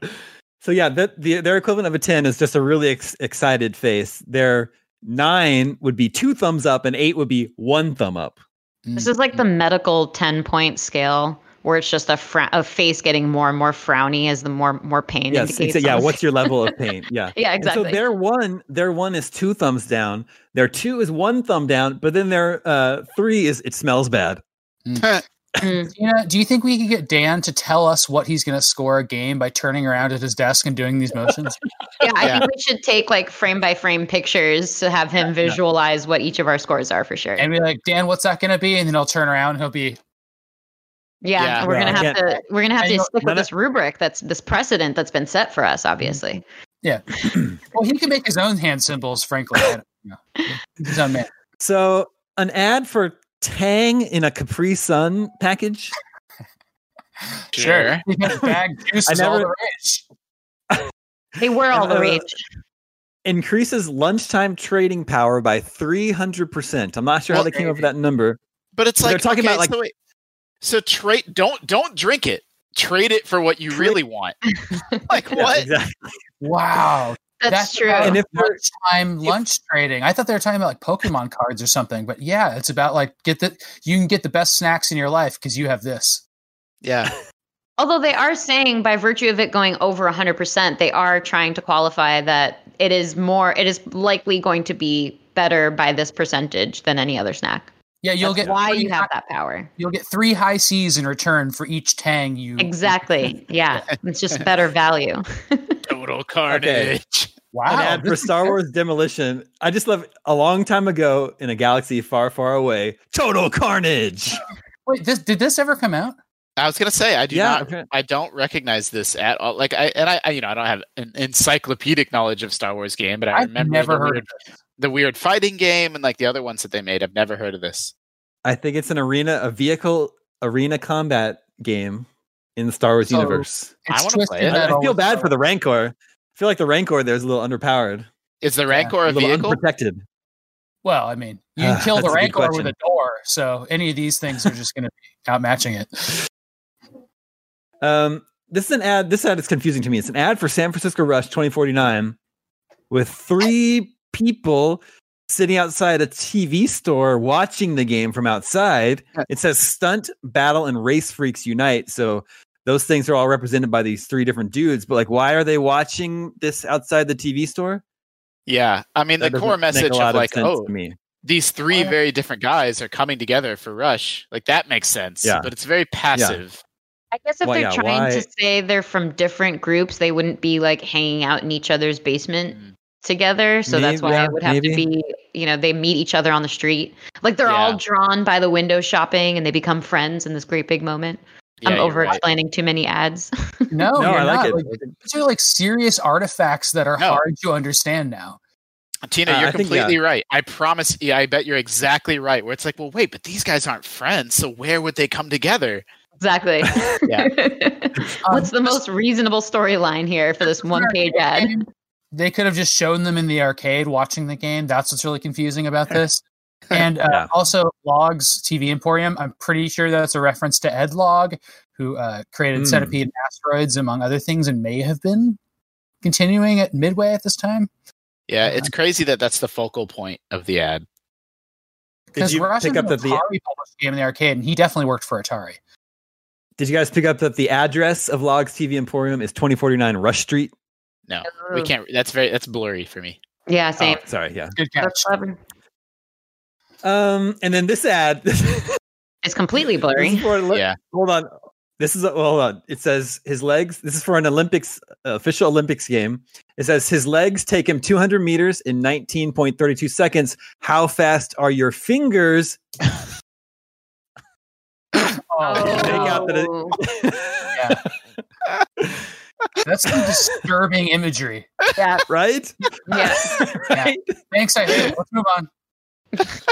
A: So yeah, the, the their equivalent of a ten is just a really ex- excited face. Their nine would be two thumbs up, and eight would be one thumb up.
C: This is like the medical 10 point scale where it's just a, frown a face getting more and more frowny as the more more pain
A: yes,
C: indicates.
A: exa- yeah.
C: something.
A: What's your level of pain? Yeah.
C: yeah,
A: And so
C: exactly.
A: their one, their one is two thumbs down. Their two is one thumb down, but then their uh, three is it smells bad.
C: Mm.
D: You know, do you think we could get Dan to tell us what he's going to score a game by turning around at his desk and doing these motions?
C: Yeah, I
B: Yeah.
C: think we should take like frame by frame pictures to have him visualize what each of our scores are for sure.
D: and be like, Dan, what's that going to be? And then he'll turn around and he'll be,
C: yeah,
B: Yeah.
C: we're
A: Yeah,
C: gonna
A: I
C: have to we're gonna have
D: I
C: to
D: know-
C: stick
A: none
C: with
A: of-
C: this rubric that's this precedent that's been set for us, obviously.
D: well, he can make his own hand symbols, frankly. I don't know. He's on man.
A: So an ad for Tang in a Capri Sun package.
B: Sure.
D: He can bag juice
A: I
D: is all the
A: never-
D: rage.
C: They were all the
A: Uh,
C: rage.
A: increases lunchtime trading power by 300%. I'm not sure how
B: Well,
A: they came up with that number.
B: But it's
A: They're
B: like
A: talking
B: okay,
A: about, like-
B: so, wait. so trade don't don't drink it. Trade it for what you
A: Trade-
B: really want. like
A: Yeah,
B: what?
A: exactly.
D: Wow.
C: That's, true.
D: about
A: And if they're-
D: lunchtime lunch trading. I thought they were talking about like Pokemon cards or something, but yeah, it's about like get the you can get the best snacks in your life because you have this.
B: Yeah.
C: Although they are saying by virtue of it going over 100%, they are trying to qualify that it is more, it is likely going to be better by this percentage than any other snack.
D: Yeah, you'll
C: That's
D: get
C: why
D: three
C: you
D: high-
C: have that power.
D: You'll get three high C's in return for each Tang you.
C: Exactly. Yeah. It's just better value.
B: Total carnage.
A: An
D: Wow.
A: ad for Star Wars Demolition. I just love a long time ago in a galaxy far, far away. Total carnage.
D: Wait, this, did this ever come out?
B: I was gonna say I do
A: yeah,
B: not
A: okay.
B: I don't recognize this at all. Like I and I, I you know I don't have an encyclopedic knowledge of Star Wars game, but I
D: I've
B: remember
D: never
B: the,
D: heard
B: weird, the weird fighting game and like the other ones that they made. I've never heard of this.
A: I think it's an arena, a vehicle arena combat game in the Star Wars
D: So,
A: universe.
B: I wanna
D: twisted
B: play it.
A: I,
D: that
A: I
D: all
A: feel
D: over
A: bad
D: the
A: for the Rancor. I feel like the Rancor there's a little underpowered,
B: Is the Rancor
A: a
B: a
A: little
B: vehicle?
A: unprotected.
D: Well, I mean, you can kill the
A: That's a good
D: Rancor with
A: question.
D: a door, so any of these things are just going to be outmatching it.
A: Um, this is an ad. This ad is confusing to me. It's an ad for San Francisco Rush 2049 with three people sitting outside a TV store watching the game from outside. It says stunt, battle, and race freaks unite. So those things are all represented by these three different dudes. But like, why are they watching this outside the TV store?
B: Yeah, I mean the
A: That
B: core
A: doesn't make a
B: message
A: lot
B: of like
A: sense
B: oh
A: to me.
B: these three
D: Why-
B: very different guys are coming together for Rush. Like that makes sense.
A: Yeah.
B: but it's very passive.
C: I guess if
A: Well,
C: they're
A: yeah,
C: trying
A: why-
C: to say they're from different groups, they wouldn't be like hanging out in each other's basement
B: Mm.
C: together. So that's
A: Maybe-
C: why
A: yeah,
C: it would have to
A: maybe.
C: be, you know, they meet each other on the street. Like they're all
B: Yeah.
C: drawn by the window shopping and they become friends in this great big moment.
B: Yeah,
C: I'm
B: you're
C: over
B: right.
C: explaining too many ads.
D: No,
A: No,
D: you're
A: I like
D: not.
A: it.
D: Like, these are like serious artifacts that are
B: No.
D: hard to understand now.
B: Tina,
A: Uh,
B: you're
A: I think, yeah.
B: completely right. I promise. Yeah, I bet you're exactly right. Where it's like, well, wait, but these guys aren't friends, so where would they come together?
C: exactly.
B: Yeah.
C: What's
A: Um,
C: the most reasonable storyline here for this one page ad?
D: They could have just shown them in the arcade watching the game. That's what's really confusing about this. And uh,
A: Yeah.
D: also, Logs TV Emporium. I'm pretty sure that's a reference to Ed Log, who uh, created
A: Hmm.
D: Centipede and Asteroids, among other things, and may have been continuing at Midway at this time.
B: Yeah, it's crazy that that's the focal point of the ad.
A: Did
D: Because
A: you
D: Rush
A: pick
D: is an
A: up that
D: Atari
A: the
D: published game in the arcade, and he definitely worked for Atari.
A: Did you guys pick up that the address of Logs TV Emporium is 2049 Rush Street?
B: No, we can't. That's very. That's blurry for me.
C: Yeah, same.
A: Oh, sorry, yeah.
D: Good
C: That's
D: catch.
C: clever.
A: Um, and then this ad.
C: It's completely
A: This
C: blurry.
A: is for an Oli-
B: Yeah.
A: Hold on. This is hold on. It says his legs. This is for an Olympics uh, official Olympics game. It says his legs take him 200 meters in 19.32 seconds. How fast are your fingers?
D: Oh,
A: Take out the-
C: Oh.
D: yeah. That's some disturbing imagery.
C: yeah,
A: right?
C: yeah.
A: right?
D: Thanks, I hate it. Let's move on.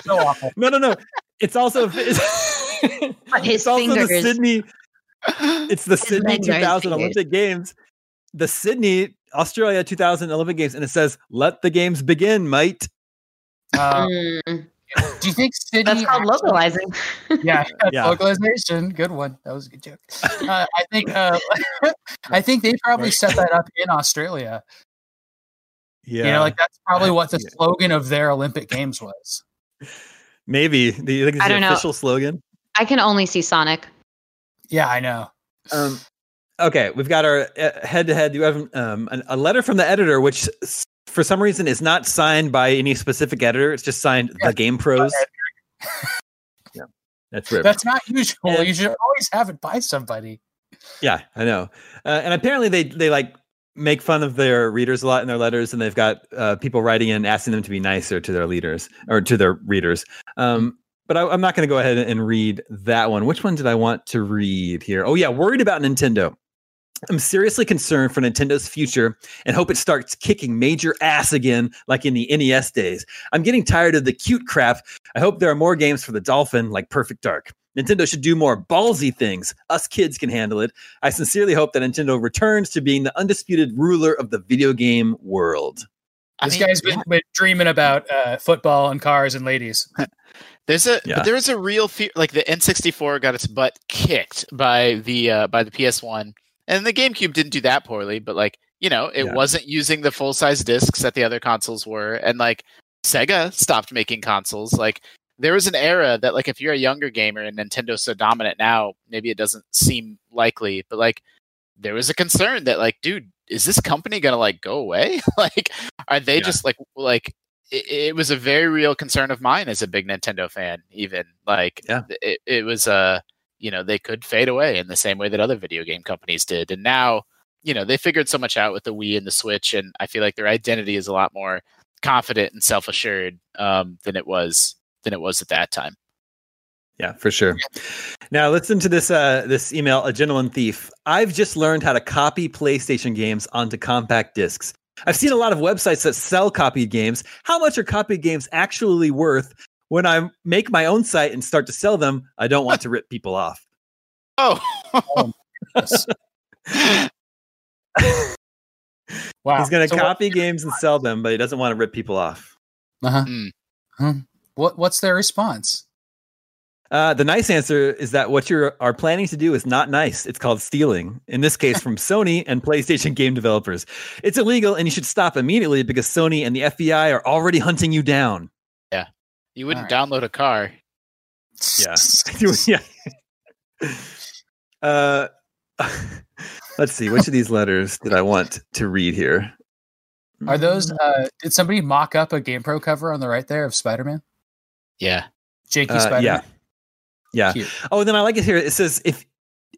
D: So awful.
A: No, no, no. It's also it's,
C: But his
A: it's also
C: fingers.
A: the Sydney. It's the Sydney
C: legs are his
A: 2000
C: fingers.
A: Olympic Games. The Sydney Australia 2000 Olympic Games, and it says, "Let the games begin, mate."
D: Uh,
C: Mm,
D: do you think Sydney?
C: that's called
D: actually-
C: localizing.
D: Yeah,
A: Yeah.
D: localization. Good one. That was a good joke. Uh, I think. Uh, I think they probably set that up in Australia.
A: Yeah,
D: You know, like that's probably what the
A: Yeah.
D: slogan of their Olympic Games was.
A: maybe the, you think it's
C: I
A: the
C: don't know.
A: official slogan.
C: I can only see Sonic.
D: Yeah, I know.
A: Um, okay, we've got our head to head. You have um, an, a letter from the editor, which s- for some reason is not signed by any specific editor. It's just signed
D: Yeah.
A: the Game Pros. yeah, that's right.
D: That's not usual.
A: And-
D: you should always have it by somebody.
A: yeah, I know. Uh, and apparently, they they like make fun of their readers a lot in their letters, and they've got uh, people writing in asking them to be nicer to their leaders or to their readers. Um, but I, I'm not going to go ahead and read that one. Which one did I want to read here? Oh yeah, worried about Nintendo. I'm seriously concerned for Nintendo's future and hope it starts kicking major ass again like in the NES days. I'm getting tired of the cute crap. I hope there are more games for the Dolphin like Perfect Dark. Nintendo should do more ballsy things. Us kids can handle it. I sincerely hope that Nintendo returns to being the undisputed ruler of the video game world.
B: I
D: this
B: mean,
D: guy's been, been dreaming about uh, football and cars and ladies.
B: There's a
A: Yeah.
B: but there is a real fear like the N64 got its butt kicked by the uh, by the PS1 and the GameCube didn't do that poorly but like you know it
A: Yeah.
B: wasn't using the full size discs that the other consoles were and like sega stopped making consoles like there was an era that like if you're a younger gamer and nintendo's so dominant now maybe it doesn't seem likely but like there was a concern that like dude is this company gonna like go away like are they
A: Yeah.
B: just like like it, it was a very real concern of mine as a big nintendo fan even like
A: Yeah.
B: th- it, it was uh you know they could fade away in the same way that other video game companies did and now you know they figured so much out with the wii and the switch and i feel like their identity is a lot more confident and self-assured um, than it was than it was at that time
A: Yeah, for sure. Now listen to this uh, this email, a gentleman thief. I've just learned how to copy PlayStation games onto compact discs. I've seen a lot of websites that sell copied games. How much are copied games actually worth? When I make my own site and start to sell them, I don't want to rip people off.
B: oh
D: Wow.
A: He's going to
D: So what-
A: copy games and sell them, but he doesn't want to rip people off.
D: Uh-huh.
B: Mm.
D: Huh. What what's their response?
A: Uh, the nice answer is that what you are planning to do is not nice. It's called stealing, in this case from Sony and PlayStation game developers. It's illegal and you should stop immediately because Sony and the FBI are already hunting you down.
B: you wouldn't
D: All
B: download a car
A: Yeah. yeah. Uh, let's see. Which of these letters did I want to read here?
D: Are those
B: Mm.
D: uh did somebody mock up a GamePro cover on the right there of Spider-Man?
B: yeah
D: Jakey
A: Uh, yeah.
D: Spider-Man.
A: Yeah.
D: Cute.
A: Oh, then I like it here. It says if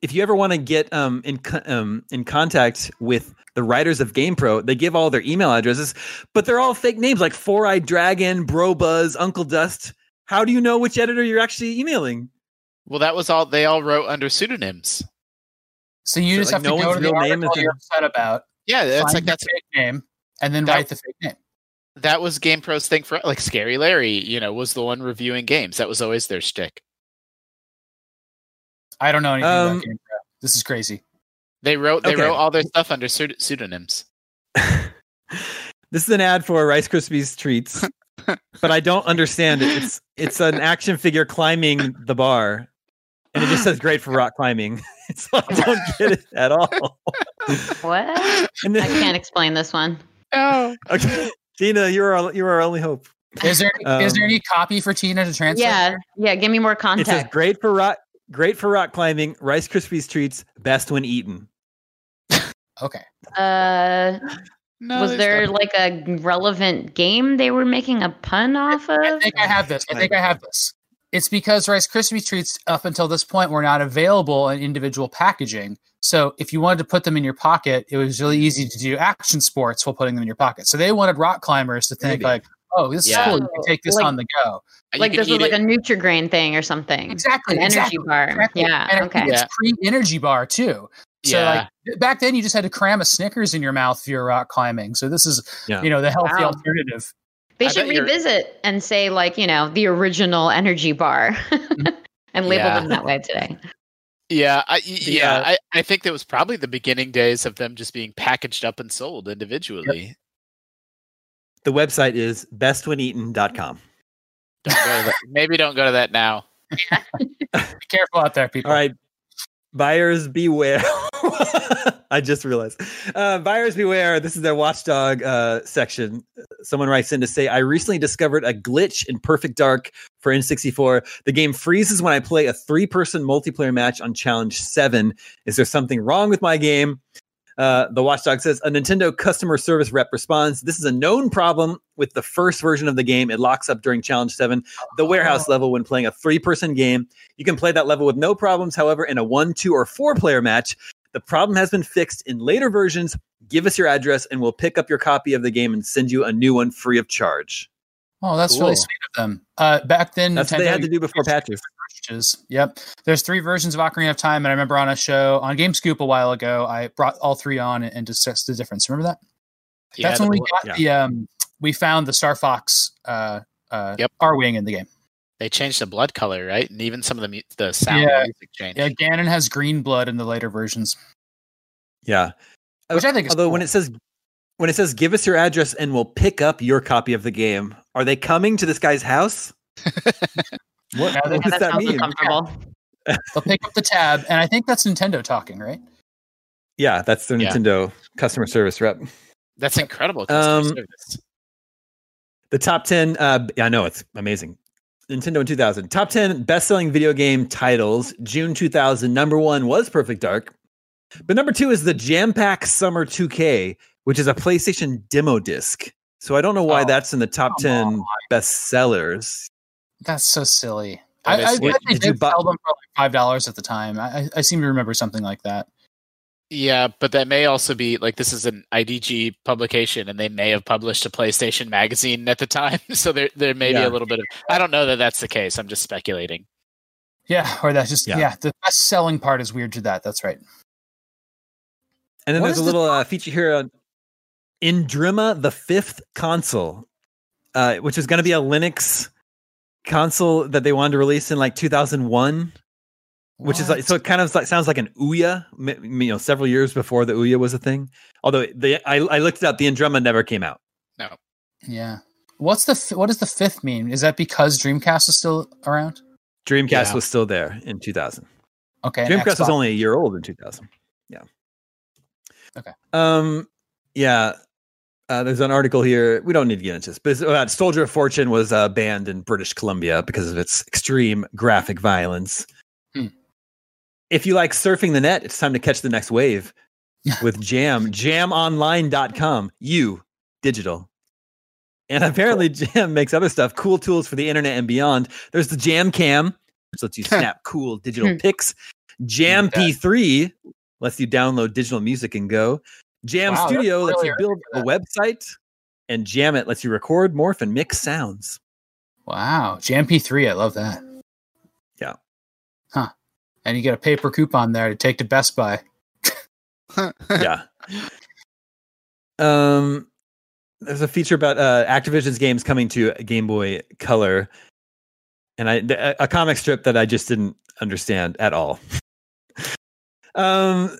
A: if you ever want to get um in co- um in contact with the writers of GamePro, they give all their email addresses, but they're all fake names like Four Eyed Dragon, Bro Buzz, Uncle Dust. How do you know which editor you're actually emailing?
B: well that was all they all wrote under pseudonyms
D: So you
A: So,
D: just
A: like,
D: have
A: no
D: to go
A: one's
D: to the
A: real name is
D: article you're upset about.
B: yeah that's
D: find
B: like
D: the
B: that's
D: fake name, and then
B: That-
D: write the fake name.
B: that was GamePro's thing for like Scary Larry, you know, was the one reviewing games. That was always their shtick.
D: I don't know anything
A: Um,
D: about GamePro. This is crazy.
B: They wrote they
A: Okay.
B: wrote all their stuff under pseud- pseudonyms.
A: This is an ad for Rice Krispies treats, but I don't understand it. It's it's an action figure climbing the bar, and it just says great for rock climbing. so I don't get it at all.
C: What? I
A: And then,
C: can't explain this one.
B: Oh,
A: Okay, Gina, you are our, you are our only hope.
D: Is there is there
A: Um,
D: any copy for Tina to transfer?
C: Yeah, yeah. Give me more
A: It says
C: context.
A: great for rock, great for rock climbing. Rice Krispies treats, best when eaten.
D: Okay.
C: Uh,
B: no,
C: was
B: there's
C: there
B: not-
C: like a relevant game they were making a pun off
D: I
C: of?
D: think I have this. I think I have this. It's because Rice Krispie treats up until this point were not available in individual packaging. So if you wanted to put them in your pocket, it was really easy to do action sports while putting them in your pocket. So they wanted rock climbers to think
A: Maybe.
D: like, oh, this
B: Yeah.
D: is cool. You can take this
C: Like-
D: on the go.
B: you
C: like
B: can
C: this was
B: eat
C: like
B: it.
C: a Nutrigrain thing or something.
D: Exactly.
C: An energy
D: exactly,
C: bar.
D: exactly.
C: Yeah.
D: And I
C: okay.
D: think
B: Yeah.
D: It's pre energy bar too. So
B: yeah.
D: like th- back then you just had to cram a Snickers in your mouth if you're rock climbing. So this is
A: Yeah.
D: you know the healthy
C: Wow.
D: alternative.
C: They
B: I
C: should
B: bet you're-
C: revisit and say like you know the original energy bar, and label
B: Yeah.
C: them that way today.
B: yeah, I, y- yeah,
A: uh,
B: I, I think that was probably the beginning days of them just being packaged up and sold individually.
A: The website is bestwheneaten.com.
B: Don't go to that- maybe don't go to that now.
D: Be careful out there, people.
A: All right. Buyers beware. I just realized. Uh, buyers beware. This is their watchdog uh, section. Someone writes in to say, I recently discovered a glitch in Perfect Dark for N64. The game freezes when I play a three person multiplayer match on Challenge 7. Is there something wrong with my game? Uh, the watchdog says a Nintendo customer service rep responds, This is a known problem with the first version of the game. It locks up during Challenge 7, the warehouse level when playing a three person game. You can play that level with no problems. However, in a one, two, or four player match, the problem has been fixed in later versions. Give us your address and we'll pick up your copy of the game and send you a new one free of charge.
D: Oh, that's really
B: Cool.
D: sweet of them. Uh, back then,
A: That's what they
D: Nintendo
A: had to do before patches.
D: cartridges. Yep. There's three versions of Ocarina of Time, and I remember on a show on GameScoop a while ago, I brought all three on and, and discussed the difference. Remember that?
B: Yeah,
D: that's
B: the
D: when we
B: bl-
D: got the um, we found the Star Fox uh, uh,
B: Yep.
D: R wing in the game.
B: they changed the blood color, right? And even some of the mu- the sound
D: Yeah.
B: music changed.
D: Yeah, Ganon has green blood in the later versions,
A: Yeah. Uh,
D: which I think is
A: Although
D: cool.
A: when it says when it says give us your address and we'll pick up your copy of the game, are they coming to this guy's house? what
D: Yeah,
A: what
D: that
C: Yeah,
A: does
C: that
A: that
C: sounds
A: mean?
C: uncomfortable.
D: they'll pick up the tab, and I think that's Nintendo talking, right?
A: Yeah, that's their
B: Yeah.
A: Nintendo customer service rep.
B: That's incredible. customer
A: Um,
B: service.
A: The top 10, uh, yeah, I know it's amazing. Nintendo in 2000. Top 10 best selling video game titles. June 2000, number one was Perfect Dark. But number two is the Jam Pack Summer 2K, which is a PlayStation demo disc. So I don't know why
D: Oh,
A: that's in the top
D: come
A: 10
D: on.
A: best sellers.
D: That's so silly.
B: That
D: I,
B: is
D: I
B: silly.
D: bet they
A: Did
D: did,
A: you buy-
D: sell them for like five dollars at the time. I, I- I seem to remember something like that.
B: Yeah, but that may also be like this is an IDG publication, and they may have published a PlayStation magazine at the time. So there, there may be
A: Yeah.
B: a little bit of. I don't know that that's the case. I'm just speculating.
D: Yeah, or that's just
A: Yeah.
D: yeah. the best selling part is weird to that. That's right.
A: And then
D: What
A: there's
D: is
A: a
D: the
A: little uh, feature here on Indrima, the fifth console, uh, which is going to be a Linux console that they wanted to release in like 2001. which is like so it kind of like, sounds like an Ouya, m- m- you know, several years before the Ouya was a thing. Although the I, I looked it up, the Andrema never came out.
D: yeah. What's the f- what does the fifth mean? Is that because Dreamcast is still around?
A: Dreamcast
B: Yeah.
A: was still there in 2000.
D: Okay. and
A: Dreamcast was
D: Xbox.
A: only a year old in 2000. Yeah.
D: Okay.
A: Um. Yeah. Uh, there's an article here. We don't need to get into this, but it's about Soldier of Fortune was uh, banned in British Columbia because of its extreme graphic violence.
D: Hmm.
A: If you like surfing the net, it's time to catch the next wave with Jam. JamOnline.com. You digital. And apparently, Jam makes other stuff, cool tools for the internet and beyond. There's the Jam Cam, which lets you snap cool digital
C: Hmm.
A: pics. Jam
D: that.
A: P3 lets you download digital music and go. Jam
D: Wow, that's
A: Studio lets
D: really
A: you
D: early
A: build
D: for
A: a website, and Jam It lets you record, morph, and mix sounds.
D: Wow, JMP3, I love that.
A: Yeah.
D: Huh. And you get a paper coupon there to take to Best Buy.
A: yeah. Um, there's a feature about uh, Activision's games coming to Game Boy Color, and I th- a comic strip that I just didn't understand at all. um,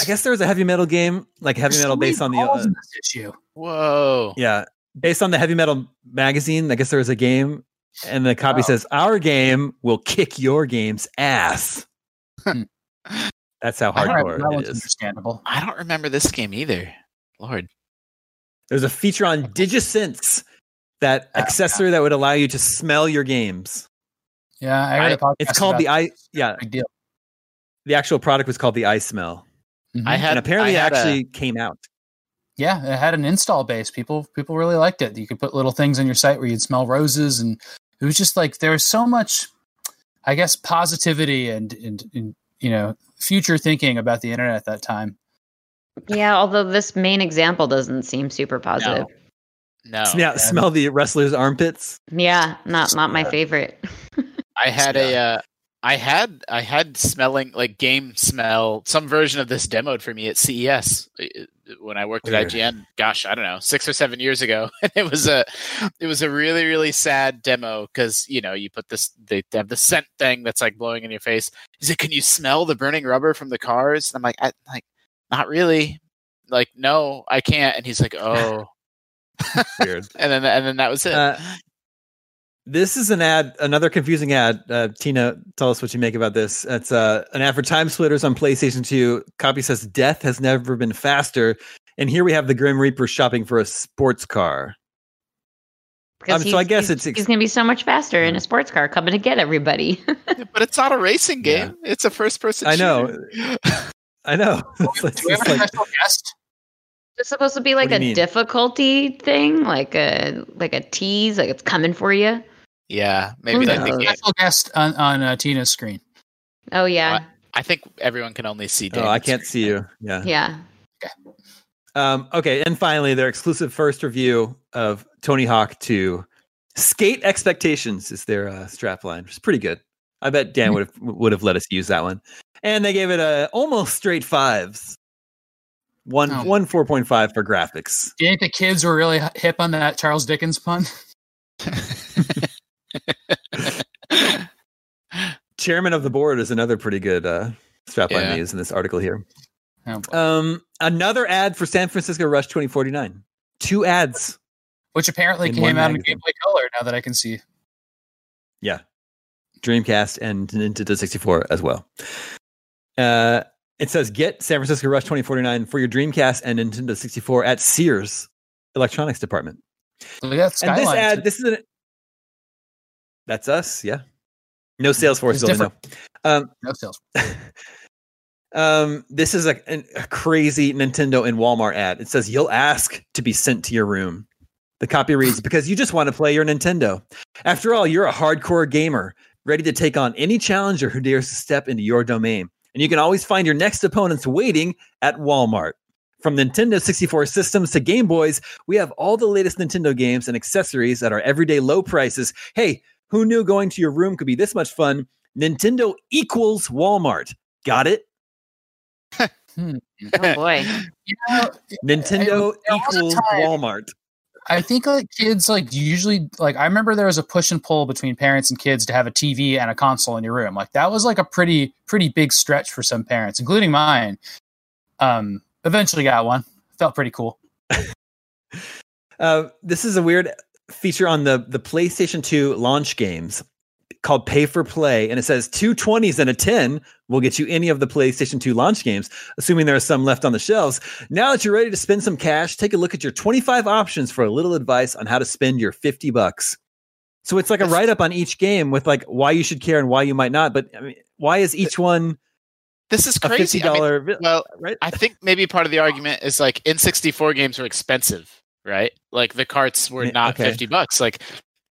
A: I guess there was a heavy metal game, like heavy
D: There's so
A: metal
D: many
A: based on the
D: balls
A: uh,
D: in this issue.
B: Whoa.
A: Yeah. Based on the heavy metal magazine, I guess there was a game, and the copy says, Our game will kick your game's ass.
D: Hmm.
A: That's how
D: All right, well,
A: hardcore
D: that
A: it
D: one's
A: is.
D: understandable.
B: I don't remember this game either. Lord.
A: There's a feature on DigiSense, that
B: Ah,
D: Oh, yeah.
A: accessory that would allow you to smell your games.
D: Yeah, I heard
B: I-
D: a podcast.
A: It's called the
D: about
A: I yeah,
D: that. big deal.
A: the actual product was called the I Smell.
D: Mhm.
B: I had
A: And apparently
B: I
A: it
B: had a-
A: actually came out.
D: yeah, it had an install base. People people really liked it. You could put little things on your site where you'd smell roses, and it was just like there was so much, I guess, positivity and and, and you know future thinking about the internet at that time.
C: Yeah, although this main example doesn't seem super positive.
B: no.
A: yeah, smell the wrestler's armpits.
C: Yeah, not not my favorite.
B: I had a, uh, I had, I had smelling like game smell, some version of this demoed for me at CES uh, when I worked
A: Weird.
B: at IGN. Gosh, I don't know, six or seven years ago. it was a, it was a really, really sad demo because you know you put this, they they have the scent thing that's like blowing in your face. Is it? Can you smell the burning rubber from the cars? And I'm like, I like, not really. Like, no, I can't. And he's like, oh,
A: Weird.
B: and then and then that was it.
A: Uh, This is an ad, another confusing ad. Uh, Tina, tell us what you make about this. It's uh, an ad for time splitters on PlayStation 2. Copy says, Death has never been faster. And here we have the Grim Reaper shopping for a sports car.
C: Because
A: Um, so
C: he's-
A: I guess
C: he's-
A: it's ex-
C: he's going to be so much faster in a sports car coming to get everybody.
B: but it's not a racing
A: Yeah.
B: game. It's a first person.
A: I know. I know. It's like-
D: Do we have
A: it's
D: a
A: like-
D: special guest?
C: It's supposed to be like
A: do you
C: a
A: mean?
C: difficulty thing, like a like a tease, like it's coming for you.
B: Yeah, maybe
C: Who
B: that
C: knows?
B: the game.
D: Special guest on on uh, Tina's screen.
C: Oh yeah,
B: I think everyone can only see.
A: oh,
B: Damon's
A: I can't see
B: screen.
A: you. Yeah.
C: yeah.
A: Um, okay. And finally, their exclusive first review of Tony Hawk 2 Skate Expectations is their uh, strap line, which is pretty good. I bet Dan would have would have let us use that one. And they gave it a almost straight fives. One
D: Oh.
A: one four point five for graphics.
D: Do you think the kids were really hip on that Charles Dickens pun?
A: Chairman of the board is another pretty good uh strap line
B: Yeah.
A: they use in this article here.
D: Oh, boy.
A: Um another ad for San Francisco Rush 2049. Two ads.
D: Which apparently
A: in one
D: came out in
A: magazine.
D: Game Boy Color. Now that I can see.
A: Dreamcast and Nintendo 64 as well. Uh, It says get San Francisco Rush 2049 for your Dreamcast and Nintendo 64 at Sears Electronics Department.
D: Look at
A: And this
D: Skyline.
A: ad, this is an. That's us, yeah. No sales force
D: It's
A: building, no. Um,
D: no sales.
A: um, this is a, an- a crazy Nintendo and Walmart ad. It says you'll ask to be sent to your room. The copy reads because you just want to play your Nintendo. After all, you're a hardcore gamer, ready to take on any challenger who dares to step into your domain. And you can always find your next opponents waiting at Walmart. From Nintendo 64 systems to Game Boys, we have all the latest Nintendo games and accessories at our everyday low prices. Hey, who knew going to your room could be this much fun? Nintendo equals Walmart. Got it?
C: Oh boy.
D: You know,
A: Nintendo
D: I- I-
A: equals
D: I-
A: Walmart.
D: I think like kids like usually like I remember there was a push and pull between parents and kids to have a TV and a console in your room. Like that was like a pretty pretty big stretch for some parents, including mine. Um, eventually got one. Felt pretty cool.
A: Uh, this is a weird feature on the the PlayStation 2 launch games called Pay for Play, and it says two 20s and a 10 will get you any of the PlayStation 2 launch games, assuming there are some left on the shelves. Now that you're ready to spend some cash, take a look at your 25 options for a little advice on how to spend your 50 bucks. So it's like a
B: That's-
A: write up on each game with like why you should care and why you might not. But I mean, why is each one
B: This is
A: a
B: crazy. I mean,
A: $50 vi-
B: well,
A: right?
B: I think maybe part of the argument is like N64 games were expensive, right? Like the carts were
A: Yeah,
B: not
A: okay.
B: 50 bucks. Like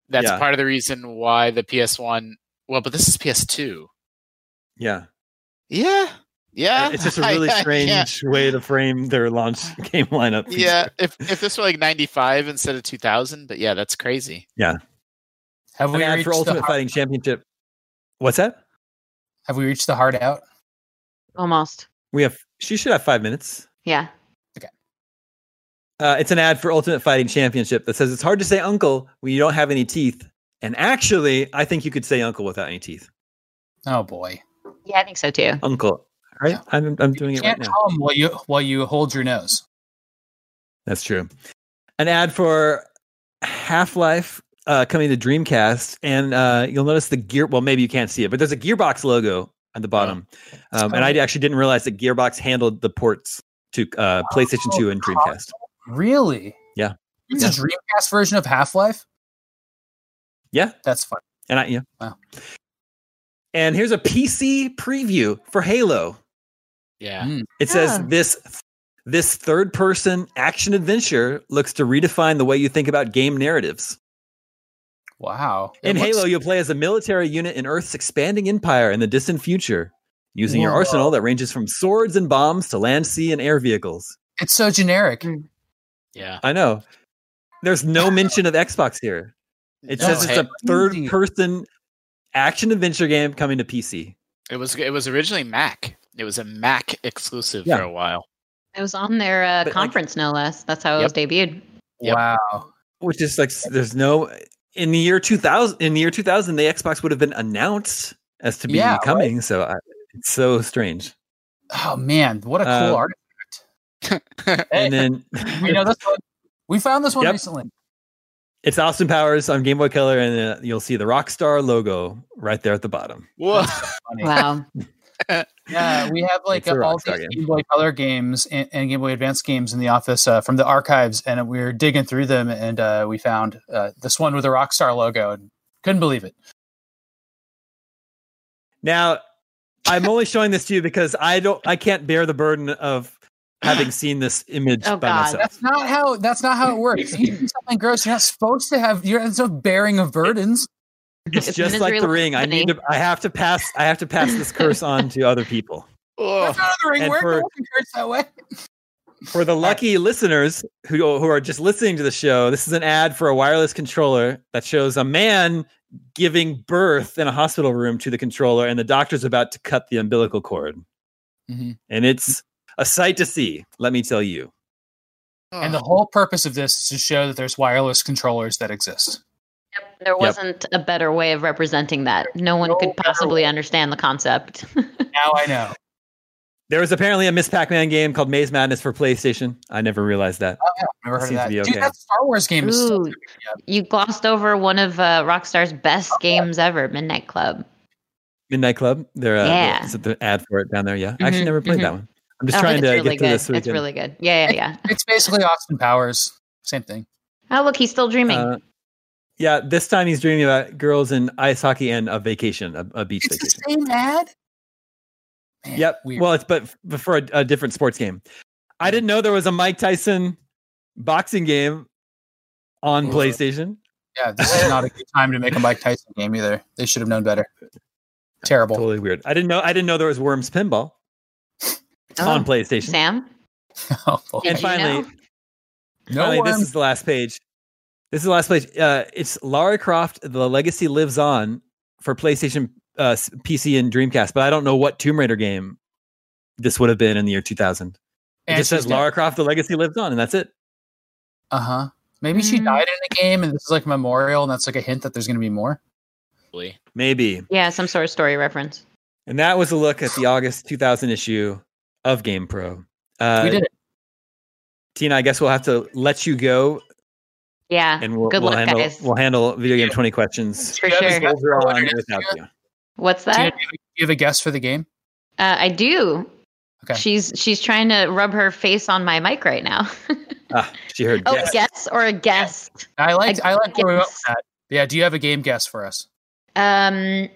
B: that's
A: Yeah.
B: part of the reason why the PS1 well, but this is PS2.
A: Yeah.
B: Yeah. Yeah.
A: Uh, It's just a
B: Uh, I-
A: really
B: I
A: strange
B: can't-
A: way to frame their launch game lineup.
B: Yeah, if if this were like 95 instead of 2000, but yeah, that's crazy.
D: Have
A: An
D: we
A: ad
D: reached
A: for
D: the
A: Ultimate
D: hard-
A: Fighting Championship. What's that?
D: have we reached the hard out?
C: Almost.
A: We have. She should have five minutes.
C: Yeah.
A: Uh, it's an ad for Ultimate Fighting Championship that says it's hard to say uncle when you don't have any teeth. And actually, I think you could say uncle without any teeth.
D: Oh boy.
C: Yeah, I think so too.
A: Uncle, right?
D: Yeah.
A: I'm I'm doing
D: You
A: it right
D: can't
A: now.
D: call 'em while you while you hold your nose.
A: That's true. An ad for Half Life uh, coming to Dreamcast, and uh, you'll notice the gear. Well, maybe you can't see it, but there's a Gearbox logo at the bottom, um, and I actually didn't realize that Gearbox handled the ports to uh, PlayStation Two and Dreamcast.
D: Really?
A: Yeah.
D: It's a Dreamcast version of Half Life.
A: Yeah.
D: That's fun.
A: And I yeah.
D: Wow.
A: And here's a PC preview for Halo.
B: Yeah.
D: Mm.
A: It says
C: Yeah.
A: this this third person action adventure looks to redefine the way you think about game narratives.
D: Wow. It
A: In
D: looks-
A: Halo, you'll play as a military unit in Earth's expanding empire in the distant future, using your
D: Whoa.
A: arsenal that ranges from swords and bombs to land, sea, and air vehicles.
D: it's so generic.
B: Yeah.
A: I know. There's no mention of Xbox here. It
B: No,
A: says it's
B: hey,
A: a third
D: Crazy.
A: person action adventure game coming to PC.
B: it was it was originally Mac. It was a Mac exclusive
A: Yeah.
B: for a while.
C: It was on their uh,
A: But, like-
C: conference, no less. That's how it was debuted.
B: Yep.
D: Wow.
A: Which is like s- there's no in the year 2000 in the year 2000 the Xbox would have been announced as to be
D: Yeah, right.
A: coming, so I, it's so strange.
D: Oh man, what a cool
A: Um,
D: artifact.
A: And then
D: we know this one. We found this one
A: Yep.
D: recently.
A: It's Austin Powers on Game Boy Color, and uh, you'll see the Rockstar logo right there at the bottom.
B: Whoa.
D: Funny.
C: Wow.
D: Yeah, we have like
A: It's a
D: all
A: Rockstar
D: these
A: game.
D: Game Boy Color games and, and Game Boy Advance games in the office uh, from the archives, and we were digging through them, and uh, we found uh, this one with a Rockstar logo, and couldn't believe it.
A: Now, I'm only showing this to you because I don't, I can't bear the burden of having seen this image
C: Oh,
A: by
C: God.
A: myself.
D: That's not how. That's not how it works. you do something gross. You're not supposed to have. You're it's a bearing of burdens.
A: It's,
C: It's
A: just like the
C: misery
A: ring. I need
C: company.
A: to, I have to pass, I have to pass this curse on to other people.
B: Whoa.
D: That's not how the ring
A: Oh, And
D: works.
A: for-
D: It doesn't work that way.
A: For the lucky listeners who who are just listening to the show, this is an ad for a wireless controller that shows a man giving birth in a hospital room to the controller, and the doctor's about to cut the umbilical cord.
D: Mhm.
A: and it's a sight to see. Let me tell you. Oh.
D: And the whole purpose of this is to show that there's wireless controllers that exist.
C: Yep. There wasn't a better way of representing that. No one
D: No
C: could
D: better
C: possibly understand the concept.
D: Now I know.
A: There was apparently a Miss Pac-Man game called Maze Madness for PlayStation. I never realized that.
D: Oh. Never heard
A: Seems
D: of
A: to
D: that.
A: be
D: Dude,
A: okay.
D: that Star Wars game is still
C: Ooh,
A: Oh,
C: you glossed over one of uh, Rockstar's best games ever, Midnight Club.
A: Midnight Club. They're uh,
C: Yeah.
A: yeah. is it the ad for it down there? Yeah, I actually
C: Mhm,
A: never played
C: mhm.
A: that one. I'm
C: I
A: just
C: think
A: trying
C: it's
A: to
C: really
A: get through
C: good.
A: this. So we
C: it's
A: can,
C: really good. Yeah, yeah, yeah.
D: It's basically Austin Powers. Same thing.
C: Oh, look, he's still dreaming.
A: uh, yeah, this time he's dreaming about girls and ice hockey and a vacation, a, a beach
D: It's
A: vacation.
D: the same ad. Man,
A: Yep.
D: Weird.
A: Well, it's but but for a, a different sports game. I didn't know there was a Mike Tyson boxing game on
D: Ooh.
A: PlayStation.
D: yeah, this is not a good time to make a Mike Tyson game either. They should have known better. Terrible.
A: Totally weird. I didn't know. I didn't know there was Worms Pinball on
C: Oh,
A: PlayStation.
C: Sam,
D: Awful.
C: did
A: And
C: you
A: finally-
C: know?
D: Oh, No
A: Finally,
D: worms.
A: this is the last page. This is the last page. Uh, it's Lara Croft: The Legacy Lives On for PlayStation, uh, s- PC, and Dreamcast. But I don't know what Tomb Raider game this would have been in the year 2000. It
D: And
A: just says
D: she's
A: Lara Croft: The Legacy Lives On, and that's it.
D: Uh huh. Maybe she
C: Mm.
D: died in the game, and this is like a memorial, and that's like a hint that there's going to be more.
B: Probably.
A: Maybe.
C: Yeah, some sort of story reference.
A: And that was a look at the August 2000 issue of Game Pro. Uh,
D: we did it.
A: Tina, I guess we'll have to let you go,
C: Yeah,
A: and we'll,
C: Good
A: we'll
C: luck,
A: handle
C: guys.
A: we'll handle video game 20 questions.
C: for
D: Yeah, this
C: sure.
D: guy-
A: Soldier on
D: Tina,
A: without you.
C: What's
D: Tina,
C: that?
D: do you- do you have a guess for the game?
C: Uh, I do.
D: Okay.
C: She's she's trying to rub her face on my mic right now.
A: Ah, she heard.
C: oh,
A: yes.
C: guess or a guess.
D: I like I,
C: I
D: like where we went
C: guess.
D: with that. Yeah. Do you have a game guess for us?
C: Um,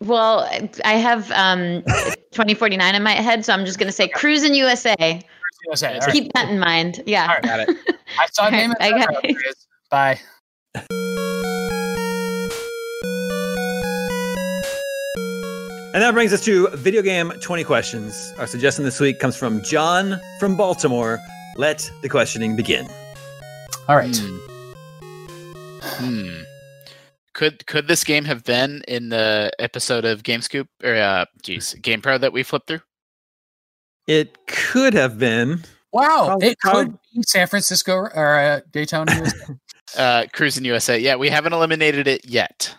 C: well, I- I have um 2049 in my head, so I'm just gonna say cruising USA.
D: All right.
B: All
C: Keep that in mind. Yeah.
D: All right.
B: Got it.
D: I saw name it.
C: Okay.
D: There it is. Bye.
A: And that brings us to video game 20 questions. Our suggestion this week comes from John from Baltimore. Let the questioning begin.
D: All right.
B: Hmm. Could could this game have been in the episode of GameScoop or uh geez, Game Pro that we flipped through?
A: It could have been.
D: Wow.
A: Probably-
D: it could be San Francisco or uh, Daytona. USA.
B: Uh Cruising USA. Yeah, we haven't eliminated it yet.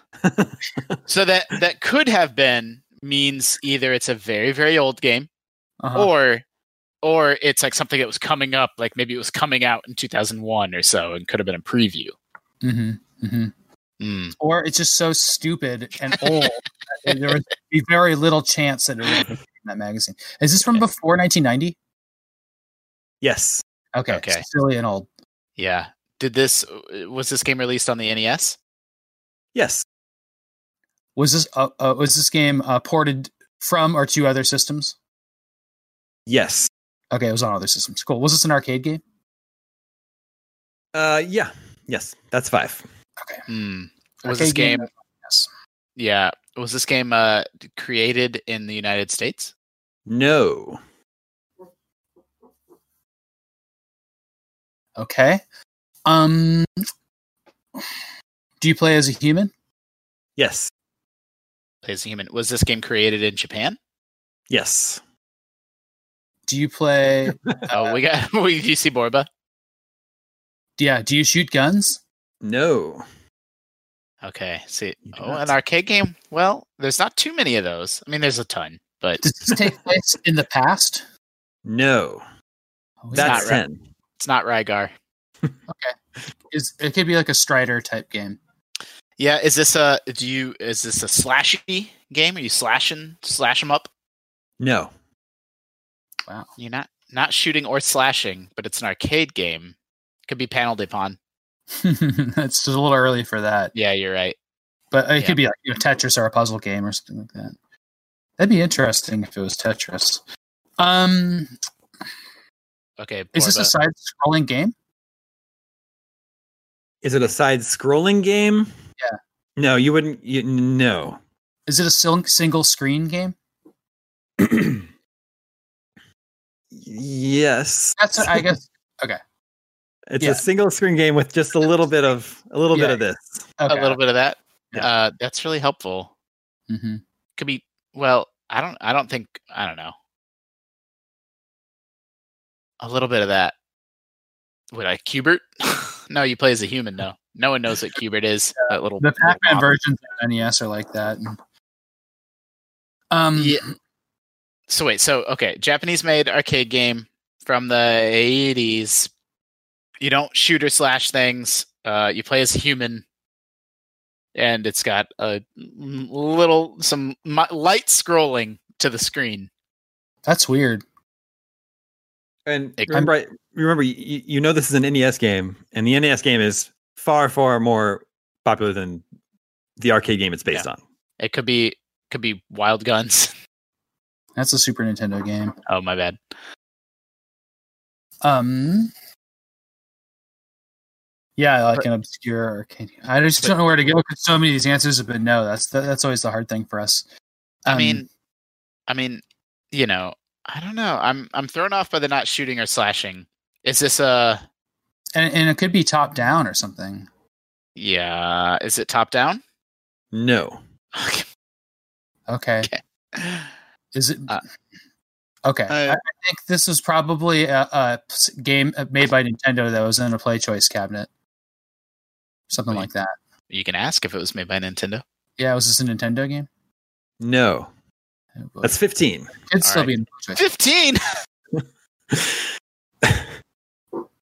B: so that that could have been means either it's a very, very old game
D: Uh-huh.
B: or or it's like something that was coming up, like maybe it was coming out in 2001 or so and could have been a preview.
D: hmm hmm
B: Hmm.
D: or it's just so stupid and old that there would be very little chance that it would be in that magazine. Is this from before 1990?
A: Yes.
D: Okay,
B: Okay.
D: silly and old.
B: Yeah. Did this was this game released on the E NES?
A: Yes.
D: Was this uh, uh, was this game uh, ported from or to other systems?
A: Yes.
D: Okay, it was on other systems. Cool. Was this an arcade game?
A: Uh, yeah. Yes. That's five.
B: Hmm. Was this
D: Arcade
B: game
D: Yes.
B: Yeah. Was this game uh, d- created in the United States?
A: No.
D: Okay. Um, do you play as a human?
A: Yes.
B: Plays a human. Was this game created in Japan?
A: Yes.
D: Do you play?
B: oh, we got. We, you see Borba?
D: Yeah. Do you shoot guns?
A: No.
B: Okay. See.
A: You do
B: Oh,
A: not.
B: an arcade game. Well, there's not too many of those. I mean, there's a ton, but
D: Does this take place in the past?
A: No.
D: Oh, is
A: That's
B: not right.
A: 10.
B: it's not Rygar.
D: it- is it could be like a Strider type game.
B: Yeah. Is this a? Do you? Is this a slashy game? Are you slashing? Slash them up?
A: No.
D: Wow.
B: You're not not shooting or slashing, but it's an arcade game. Could be paneled upon.
D: it's just a little early for that,
B: Yeah, you're right.
D: but it
B: Yeah.
D: could be like you know, Tetris or a puzzle game or something like that. That'd be interesting if it was Tetris. Um,
B: Okay. Borba.
D: is this a side-scrolling game?
A: Is it a side scrolling game?
D: Yeah.
A: No, you wouldn't. You, no.
D: Is it a sil- single-screen game?
A: yes.
D: That's I guess.
A: It's
D: yeah.
A: a single screen game with just a little bit of a little bit
D: Yeah.
A: of this.
D: Okay.
B: a little bit of that?
A: Yeah.
B: Uh, that's really helpful.
D: hmm
B: could be well i don't i don't think i don't know a little bit of that would i cubert no you play as a human though no one knows what cubert is that little
D: The
B: little
D: Pac-Man
B: blob.
D: versions of NES are like that. Um,
B: Yeah. so wait so okay japanese made arcade game from the 80s you don't shoot or slash things uh you play as a human and it's got a little some mi- light scrolling to the screen.
D: That's weird.
A: And remember, I, remember, you, you know this is an NES game, and the NES game is far, far more popular than the arcade game it's based
B: Yeah.
A: on.
B: It could be could be Wild Guns.
D: That's a Super Nintendo game.
B: oh my bad.
D: Um. Yeah, like an obscure arcade. game. I just don't know where to go because so many of these answers have been no. That's that's always the hard thing for us.
B: I
D: Um,
B: mean, I mean, you know, I don't know. I'm I'm thrown off by the not shooting or slashing. Is this a
D: and, and it could be top down or something.
B: yeah? Is it top down?
A: No,
D: Okay, is it?
B: Uh,
D: okay,
B: I-
D: I, I think this was probably a, a s- game uh, made by Nintendo that was in a Play Choice cabinet, something
B: Wait.
D: like that.
B: you can ask if it was made by Nintendo.
D: Yeah, was this a Nintendo game?
A: no,
D: It was-
A: that's fifteen.
D: could still
B: right.
D: be in Play Choice.
B: Fifteen.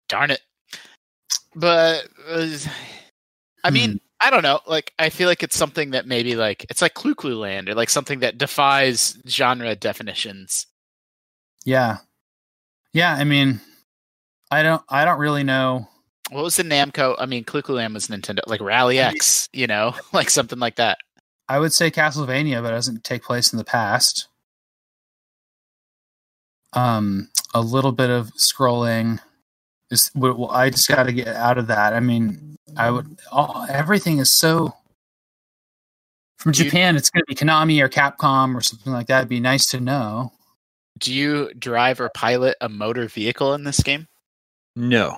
B: Darn it. But uh, I mean, I don't know. Like, I feel like it's something that maybe like it's like Clue Clue Land or like something that defies genre definitions.
D: Yeah, yeah. I mean, I don't, I don't really know.
B: What was the Namco? I mean, Clue Clue Land was Nintendo, like Rally X, you know, like something like that.
D: I would say Castlevania, but it doesn't take place in the past. Um, a little bit of scrolling. Is well, well, I just got to get out of that. I mean, I would. All, everything is so. From
B: Do you-
D: Japan, it's going to be Konami or Capcom or something like that. It'd be nice to know.
B: Do you drive or pilot a motor vehicle in this game?
A: No,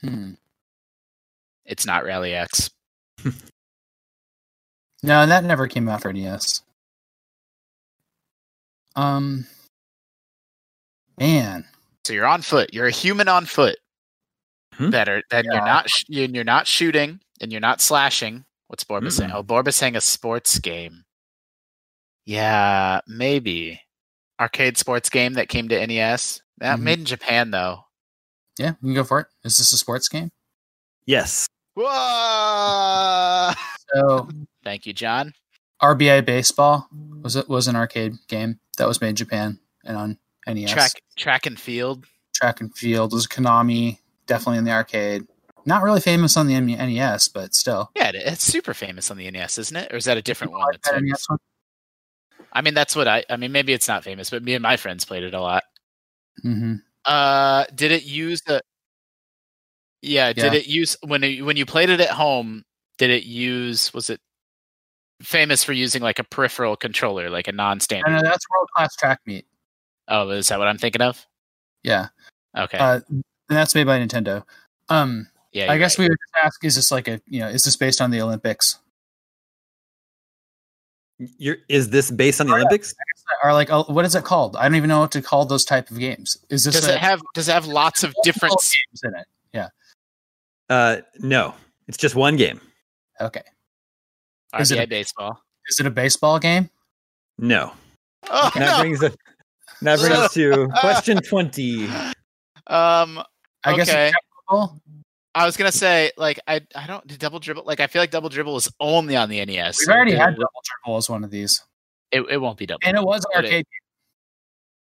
D: Hmm.
B: It's not Rally X.
D: No, that never came out for E NES. Um, man,
B: So you're on foot. You're a human on foot.
A: Hmm?
B: Better then you're
D: Yeah.
B: not sh- and you're not shooting and you're not slashing. What's Borba saying? Oh, Borba saying a sports game. Yeah, maybe arcade sports game that came to NES. That
D: Mhm.
B: made in Japan though.
D: yeah, we can go for it. Is this a sports game?
A: yes,
B: Whoa!
D: So
B: Thank you, John.
D: RBI Baseball was it was an arcade game that was made in Japan and on NES.
B: Track track and field.
D: Track and Field was Konami, definitely in the arcade. Not really famous on the E, M- NES, but still.
B: Yeah, it- it's super famous on the NES, isn't it? Or is that a different one?
D: Like
B: that's
D: that
B: famous?
D: NES E one? E
B: I mean, that's what I. I mean, maybe it's not famous, but me and my friends played it a lot.
D: Mhm.
B: Uh, did it use the? Yeah, did
D: Yeah.
B: it use when it, when you played it at home? Did it use? Was it famous for using like a peripheral controller, like a
D: No,
B: non-standard?
D: no, uh, that's World Class Track Meet.
B: Oh, is that what I'm thinking of?
D: Yeah,
B: Okay,
D: uh, and that's made by Nintendo. Um,
B: yeah.
D: I guess we would just ask: Is this like a you know? Is this based on the Olympics?
A: you're. Is this based on the
D: Oh, yeah.
A: Olympics?
D: Or like, oh, what is it called? I don't even know what to call those type of games. Is this
B: does
D: a,
B: it have does it have lots of different?
D: multiple games in it?
A: Uh, no, it's just one game.
D: Okay, Is it
B: RBI
D: a-
B: baseball.
D: is it a baseball game?
A: No,
B: Oh
A: and that
B: no.
A: brings us. That brings us to question twenty.
B: Um,
D: I guess
B: Okay.
D: it's trackable.
B: I was gonna say like I I don't did double dribble like I feel like double dribble is only on the NES.
D: We've
B: so
D: already had
B: it-
D: double triple as one of these,
B: it. It won't be double.
D: and it was
B: Did it?
D: arcade.